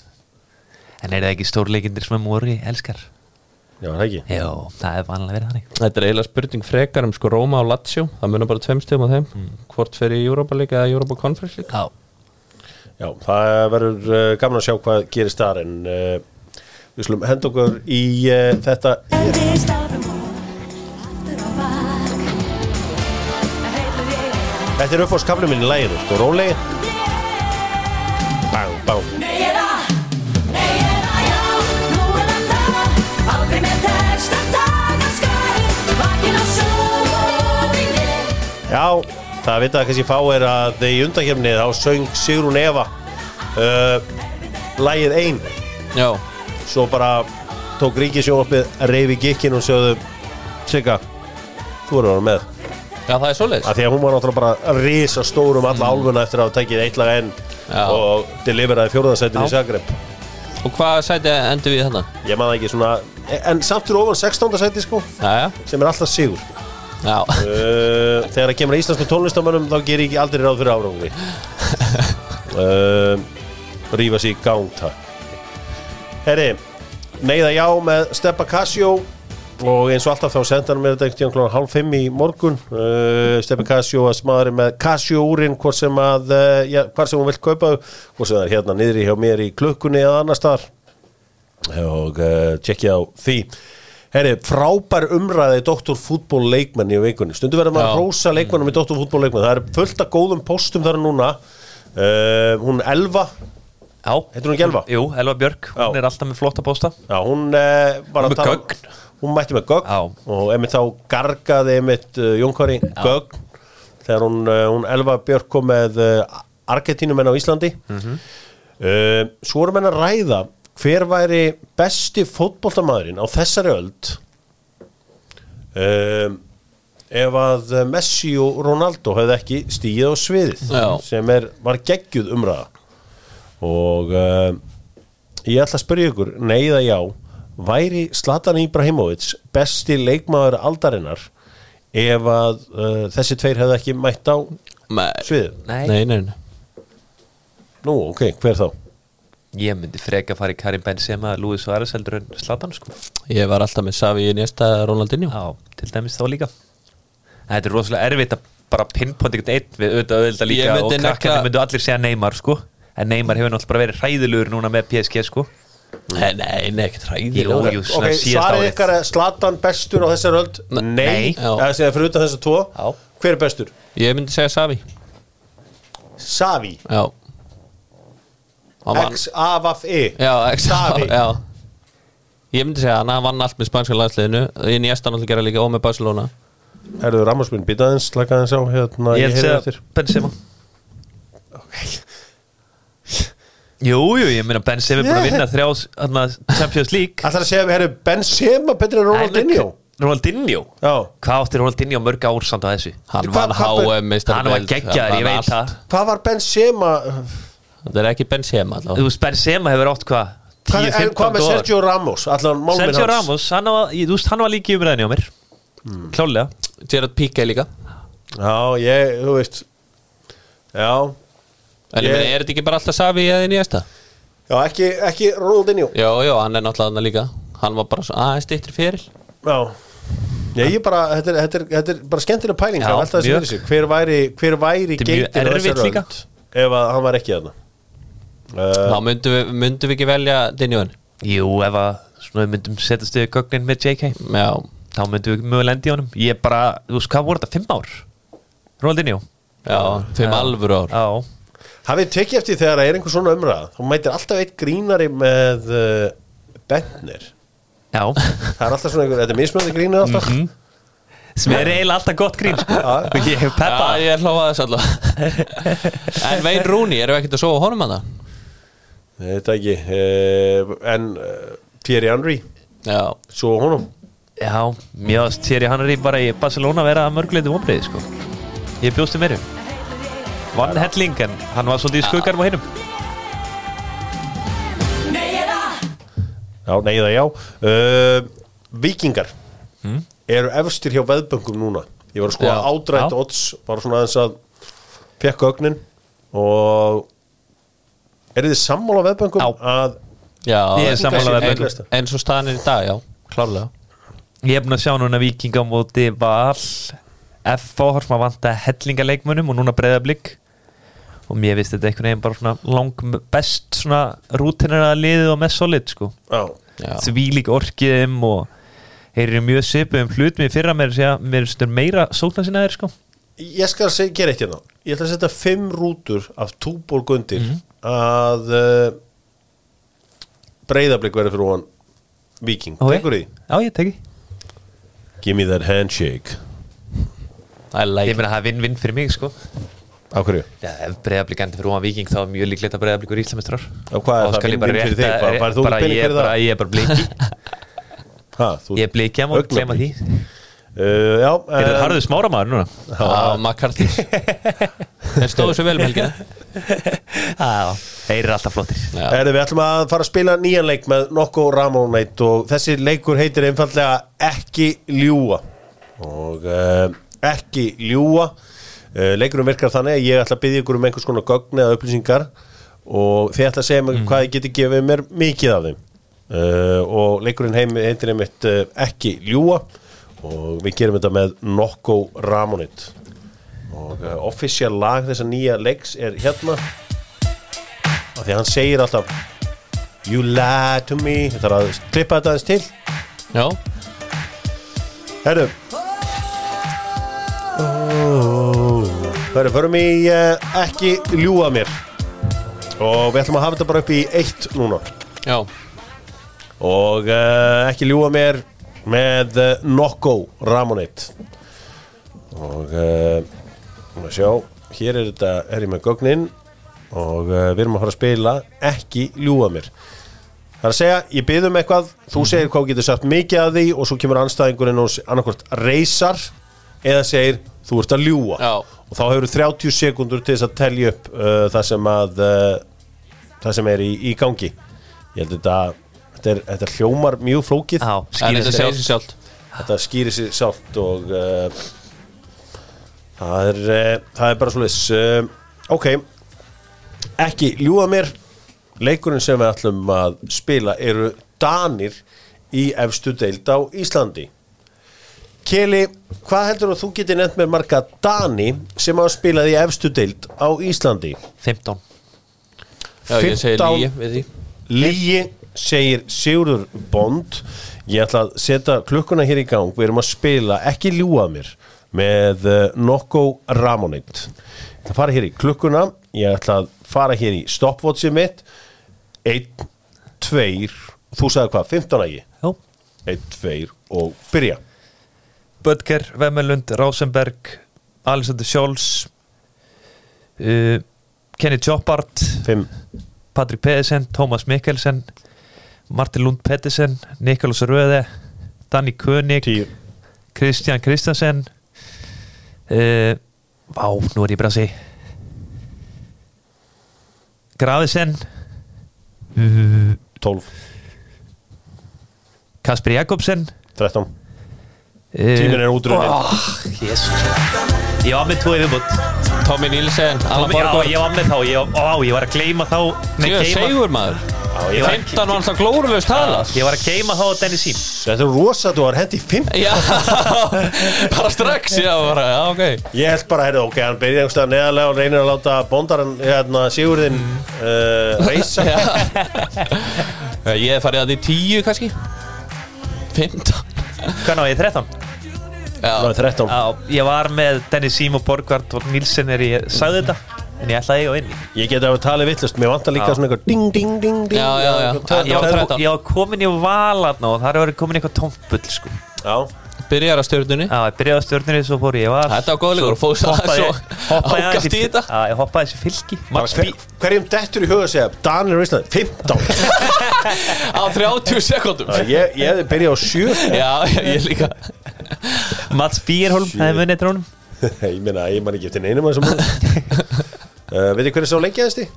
S4: En er það ekki stórleikindir sem að Móri elskar?
S1: já, það ekki
S4: Jó, það er vanlega verið þannig
S3: Þetta er eiginlega spurning frekar um sko Róma og Lazio Það munar bara tveim stöðum á þeim Hvort fer í Europa League eða Europa Conference League
S4: Já
S1: Já, það verður uh, gaman að sjá hvað gerist þar En uh, við slum henda okkur í uh, þetta
S5: They stop and walk after a while. I hate the way
S1: Þetta er upp á skaflum minni læginu, sko, rólegi Bang, bang
S5: Neyra, neyra, já, nú er hann þar. Aldrei með tekst að taka skær. Vakinn á sólinni.
S1: Já, það vita það kannski fáir að í undakefni þá söng Sigrún Eva uh, Lægið ein
S3: Já,
S1: Svo bara tók Ríkisjónvarpið reyfi gikkin og sögðu Sigga, þú verður að vera með
S3: já það er svoleiðis
S1: Af því að hún var náttúrulega bara risa stórum alla álfuna eftir að hafa tekið eitt lag enn
S3: Já.
S1: og deliveraði fjórðarsætin í Zagreb
S3: Og hvað sæti endur við hérna? þannig?
S1: Ég man það ekki svona En samt fyrir ofan 16. sæti sko
S3: Já,
S1: sem er alltaf sigur
S3: já, já.
S1: uh, þegar það kemur að íslensku tónlistamönnum þá ger ég ekki aldrei ráð fyrir árangri uh, rífa sér í gang takk herri, neyða já með Steppa Casio og eins og alltaf þá senda hann mér þetta einhvern tíðan hálf fimm í morgun uh, Steppi Casio að smaður með Casio-úrin hvort sem að, uh, já, hvar sem hún vilt kaupa þau, hvort sem það er hérna niðri hjá mér í klukkunni eða annars þar og uh, tjekkja á því Herri, frábær umræði doktorfútból leikmenn í vikunni stundu verðum að
S3: Já.
S1: rósa leikmennum í doktorfútból leikmenn það er fullt af góðum postum þar núna uh, hún Elva
S2: Já
S1: Heitir hún ekki Elva?
S2: Jú, Elva Björk, hún
S1: Já.
S2: er alltaf með flotta pósta
S1: Já, hún uh, var að
S2: Með
S1: tala
S2: gögn.
S1: Hún mætti með gögn
S2: Já.
S1: og emitt þá gargaði emitt uh, Jónkari gögn þegar hún, uh, hún Elva Björk kom með uh, Argentínumenn á Íslandi uh, Svo erum henn að ræða hver væri besti fótboltamaðurinn á þessari öld um, ef að Messi og Ronaldo hefði ekki stíð á sviðið
S3: Já.
S1: sem er, var geggjuð umræða og uh, ég ætla að spyrja ykkur neyða já, væri Zlatan Ibrahimovic besti leikmaður aldarinnar ef að uh, þessi tveir hefði ekki mætt á
S3: Nei,
S1: sviðið
S3: nei, nei, nei.
S1: Nú, ok, hver þá?
S2: Ég myndi freka að fara í Karim Benzema Lúi Suárez heldur en Slatan sko
S3: Ég var alltaf með Savi í næsta Ronaldinho
S2: Já, til dæmis þá líka Þetta er rosalega erfitt að bara pinpoint eitthvað eitt við auðvitað auðvitað
S3: Ég
S2: líka
S3: myndi
S2: og
S3: nefna-
S2: krakkarnir myndu allir segja Neymar sko en Neymar hefur náttúrulega bara verið hræðilugur núna með PSG sko
S3: Nei, nei, nei, ekkert
S2: Jú,
S3: hræðilega
S2: jú,
S1: Ok,
S2: svona síðast
S1: svarið
S2: árið
S1: ykkar er Zlatan bestur á þessari öld? Nei,
S2: nei.
S1: það segja fyrir utan þessar tvo
S2: Já.
S1: Hver er bestur?
S3: Ég myndi segja Savi
S1: Savi,
S3: Já Hann vann.
S1: X-A-V-E
S3: Já, ex-
S1: Xavi.
S3: *laughs* já Ég myndi segja hann, hann vann allt með spænska landsliðinu Inn í Estan alltaf gera líka og með Barcelona
S1: Herðu Ramosminn, býta aðeins, slaka aðeins á hérna,
S2: Ég held
S1: heyri
S2: segja Benzema Jú, jú, ég meina Benzema er búin að vinna þrjá hérna, Champions League
S1: Ætlar að segja að við erum Benzema betri en Ronaldinho
S2: Ronaldinho
S1: Já,
S2: Hvað átti Ronaldinho mörg ár samt á þessu?
S3: Hann
S1: Hvað-
S3: vann
S1: hvað-
S3: HM meistari
S2: Hann var
S3: deild,
S2: geggjaður,
S3: hann
S2: ég
S3: vann
S2: veit
S3: allt.
S2: það
S1: hvað var Benzema
S3: Þetta er ekki Benzema
S2: Þú
S3: allavega
S2: veist, Benzema hefur átt hvað?
S1: hvað,
S2: 10-15
S1: en, hvað með
S2: dólar.
S1: Sergio Ramos Allan málminn
S2: Sergio
S1: hans Hmm.
S2: Ramos, hann var, ég- þú veist, hann var líki umræðinni á mér Klálega
S3: Gerard Piqué líka
S1: Já, ég, þú veist Já,
S3: En ég
S1: Ég-
S3: meina, er þetta ekki bara alltaf Savi eða inn í Estan?
S1: já ekki, ekki Ronaldinho
S3: Jó, jó, hann er náttúrulega hann líka Hann var bara svo aðeins dittir fyrir
S1: Já Já, ég bara, þetta er, þetta er, þetta er bara skemmtileg pæling
S2: Já,
S1: það er alltaf þessi
S2: mjög.
S1: fyrir sig Hver væri, hver væri
S2: Þetta er mjög
S1: geitin á
S2: erfitt
S1: þessari
S2: líka.
S1: öld Ef að hann var ekki þarna
S3: Þá
S1: uh,
S3: myndum við, myndum við ekki velja Dinjón
S2: Jú, ef að svona við myndum setja stuðið gögnin með JK
S3: Já,
S2: Þá myndum við mögulega lendi í honum Ég bara, þú veist, hvað voru þetta, fimm ár? Ronaldinho
S3: já, fimm
S2: Já.
S3: alvur ár
S2: Já,
S1: Hafið tekið eftir þegar það er einhver svona umræð Þá mætir alltaf eitt grínari með uh, Bentner
S2: já
S1: Það er alltaf svona einhver, þetta er mismöndi grínir alltaf
S2: *laughs* Mhm. Sem er eiginlega alltaf gott grín sko.
S1: Já.
S2: Og Ég hef peppa
S3: Já, ég hlófa þess allavega En Vein Rúni, erum við ekkert að sofa honum að það?
S1: Nei, Þetta ekki uh, En uh, Thierry Henry
S3: Já,
S1: Svo honum
S2: Já, mjög að Thierry Henry bara í Barcelona vera að mörguleiti vonbreiði sko. Ég bjósti meiru Vann helling en hann var svolítið í skuggarum á hinnum
S1: Já, nei það já uh, Víkingar Eru efstir hjá veðböngum núna Ég var að skoða
S3: Já,
S1: ádrætt
S2: Mhm. já.
S1: odds Bara svona aðeins að Fekk ögnin Og Er þið sammála veðböngum
S2: Já.
S1: að
S3: já
S2: Ég er sammála
S1: veðböngum.
S3: En- En svo staðan er í dag, já, klárlega
S2: Ég hef búin að sjá núna vikinga á móti val F.O. Horsma vanta hellingaleikmunum og núna breyðablík og mér vist þetta einhvern veginn bara svona lang best svona rútinir að liðið og mest solid sko
S1: Já,
S3: Já.
S2: því lík orkiðum og þeir eru mjög svipuð um hlut mér fyrra mér segja mér stundur meira sókna sinna þeir sko
S1: Ég skal seg, gera eitt hérna Ég ætla að setja fimm rútur af túborg undir
S2: Mhm.
S1: að uh, breyðablik verður fyrir hún Víking,
S2: Ok.
S1: tekur því
S2: Já ég teki
S1: Give me that handshake
S3: I like
S2: Ég meina það er vinn-vinn fyrir mig sko
S1: Á hverju?
S2: Já, ef breyðablík endur fyrir óan viking þá er mjög líklegt að breyðablíkur íslamistar
S1: Já, hvað er það win-win fyrir þig? Bara- bara þú ert pening
S2: ég,
S1: fyrir það?
S2: bara, ég er bara
S1: *laughs*
S2: bliki
S1: Ha, þú,
S2: Ég er bliki að má
S1: Augnablik.
S2: glema því
S1: Uh, já,
S2: Þeir eru
S1: en-
S2: harðu smáramaður núna
S3: Já, McCarthy
S2: *laughs*
S3: Þeir stóðu svo vel um helgina
S2: Þeir eru alltaf flottir
S3: Já,
S1: Herðu, við ætlum að fara að spila nýjan leik með Nokko Ramonite og þessi leikur heitir einfallega Ekki ljúa og uh, ekki ljúa uh, leikurum virkar þannig að ég ætla að byggja ykkur um einhvers konar gögn eða upplýsingar og þið ætla að segja mig hvað þið geti gefið mér mikið af þeim uh, og leikurinn heim heitir einmitt uh, ekki ljúa og við gerum þetta með Nokko Ramonit og uh, offisjál lag þessa nýja leiks er hérna af því að hann segir alltaf You lied to me Ég þarf að klippa þetta aðeins til
S3: Já,
S1: Herru Herru, förum í uh, ekki ljúa mér og við ætlum að hafa þetta bara upp í eitt núna
S3: já,
S1: og uh, ekki ljúa mér með uh, Nokko Ramonit og uh, að sjá, hér er þetta er ég með gögnin og uh, við erum að fara að spila ekki ljúa mér það er að segja, ég bið um eitthvað þú segir hvað þú getur sagt mikið að því og svo kemur anstæðingurinn og annarkvort reysar eða segir þú ert að ljúa
S3: Já.
S1: og þá hefur 30 sekundur til þess að telja upp uh, það sem að uh, það sem er í, í gangi ég held þetta þetta, er, þetta hljómar mjög flókið
S2: Já,
S3: það er
S2: skýra
S3: þetta
S2: sér
S3: segja sér sjálft
S1: þetta skýrir sér sátt og uh, það, er, uh, það er bara svoleiðis uh, ok ekki ljúa mér leikurinn sem við ætlum að spila eru Danir í efstu deild á Íslandi Keli, hvað heldur þú getur nefnt með marga Dani sem hafa spilað í efstu deild á Íslandi?
S2: 15
S3: Já, ég segi
S1: 15
S3: líi við því
S1: Líi segir Sigurður Bond Ég ætla að setja klukkuna hér í gang Við erum að spila, ekki ljúa mér með eh, Nokko Ramonit Ég ætla að fara hér í klukkuna Ég ætla að fara hér í stopwatchið mitt Einn, tveir Þú sagði hvað, 15 að ég
S2: Já.
S1: Einn, tveir og byrja
S2: Böttger, Vemmelund, Rosenberg Alexander Scholz uh, Kenny Choppart
S1: 5,
S2: Patrik Pedersen, Tómas Mikkelsen Martin Lund Pedersen Nikolas Röði Danny König
S1: 10
S2: Kristján Kristjansen uh, Vá, nú er ég bara að segja Grafisen
S1: 12,
S2: Kasper Jakobsen
S1: 13
S2: eh,
S1: Tíminn er útrunnin
S2: Jesus. Ég var með tvo yfirbútt
S3: Tommy Nílsen, Alla
S2: Já, ég
S3: Borgård
S2: var með þá Ég var, á, ég var að gleyma þá Nei,
S3: Ég er
S2: gleyma-
S3: segur maður
S1: ég var-
S3: 15 var alltaf glórulaust tala
S2: Ég var að gleyma þá Dennis Ím
S1: Þetta er rosa, þú var hendi í 5
S3: Já, *laughs* bara strax Já, bara, já, ok
S1: Ég held bara, heyrðu, ok, hann byrjaði einhverstað neðarlega og reynir að láta bóndaran, hérna, Sigurðin
S3: Mhm.
S1: uh, reysa
S3: *laughs* Já, Ég hef farið að því 10 kannski 15
S2: Hvað ná ég 13?
S1: Það var 13
S2: Já, ég var með Dennis Ím og Borgvart og Nilsen er ég sagði þetta En ég ætlaði ég á inni
S1: Ég geti að tala vittlust, mér vantar líka
S2: Já.
S1: svona eitthvað ding, ding, ding, ding
S3: Já, já, já.
S1: eitthvað
S2: Ég
S3: Já,
S2: var,
S3: 13.
S2: ég var komin í valarna og þar var komin eitthvað tómpbull sko
S1: Já,
S3: Byrjar að stjórnunni
S2: Já, ég byrjaði á stjórnir svo fór ég var
S3: Þetta var góð leikur,
S2: svo
S3: fórst aðeins
S2: hoppaði-
S3: og
S2: hoppaði
S3: ágast
S2: aðeins
S3: í þetta.
S2: Já, ég hoppaði þessi fylki Max
S1: Hver,
S2: Bí-
S1: hverjum dettur í huga að segja Danir og Ísland,
S3: *laughs*
S1: 15
S3: á 30 sekundum
S1: Já, Ég, ég hefði byrjað á 7
S3: Já, ég, ég líka
S2: Mats Bírholm, það er munið trónum
S1: *laughs* Ég meina, ég man ekki eftir neinum að þessum
S3: *laughs*
S1: uh, Veit ég hverju sá lengjaðist í?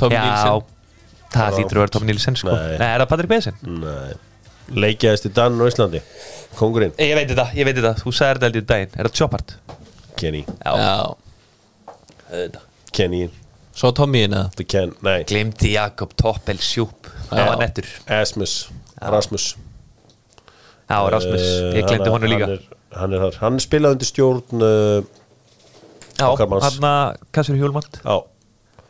S3: Tommy
S2: Já,
S3: Nílsen
S2: það lítur að vera Tom Nilsen sko
S1: Nei. Mm.
S2: Nei, er það Patrik Besen?
S1: Nei, lengjaðist í Danir og Íslandi Kongurinn,
S2: Ég veit þetta, ég veit þetta, þú sagði þetta heldur daginn Er það Chopart?
S1: Kenny,
S3: Já,
S1: Kenny
S3: svo Tommy hérna. inn eða
S1: The Ken, nei
S2: Glimti Jakob Toppel Sjúp Það
S3: Já.
S2: var nettur
S1: Asmus, Rasmus
S2: Já, Rasmus, ég
S1: Eh, hann er-
S2: glemdi honum líka
S1: hann er, hann er þar, hann spilaði undir stjórn uh,
S2: Já,
S1: okkar manns.
S2: hann að Kasperi Hjólmand
S1: á,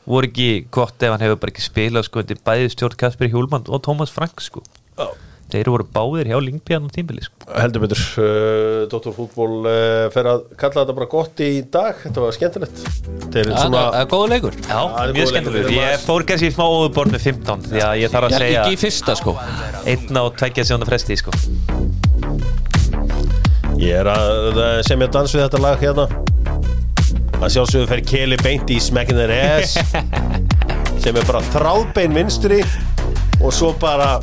S2: Voru ekki gott ef hann hefur bara ekki spilað sko Þetta er bæði stjórn Kasperi Hjólmand og Thomas Frank sko
S1: á
S2: Þeir voru báðir hjá Lingbiðan og tímbili sko
S1: heldur betur uh, Dóttur fútból uh, fer að kalla þetta bara gott í dag þetta var skemmtilegt Þeir
S3: Já,
S1: svona,
S3: Það er góð leikur
S1: það
S2: Já,
S1: er
S2: mjög
S1: góð leikur.
S2: skemmtilega Ég fór kannski smá óðuborð með 15 Því að ég þarf að
S3: Ég er
S2: segja
S3: ekki í fyrsta sko
S2: einn á tveggja sjónu fresti sko
S1: ég er að uh, semja dans við þetta lag hérna að sjálfsögðu fer Keli beint í Smackin' the
S3: *laughs*
S1: Ass sem er bara þráðbein vinstri og svo
S3: *laughs*
S1: bara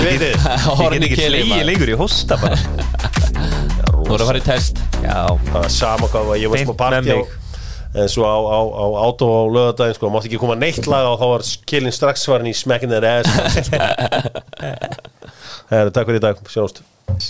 S1: veitir
S2: Ég get
S3: Horni
S2: ekki
S3: keli
S2: slegið
S3: maður.
S2: lengur, ég hósta bara
S3: Þú voru að fara í test
S2: Já,
S1: það var sama hvað var, ég var
S2: Beint
S1: sko partí
S2: með
S1: á
S2: mig.
S1: en svo á, á, á átó á lögadaginn sko, mátti ekki koma neitt lag og þá var killin strax
S2: *laughs*
S1: farin í smekkin þeir ass sko. Herru, takk fyrir í dag, sjáumst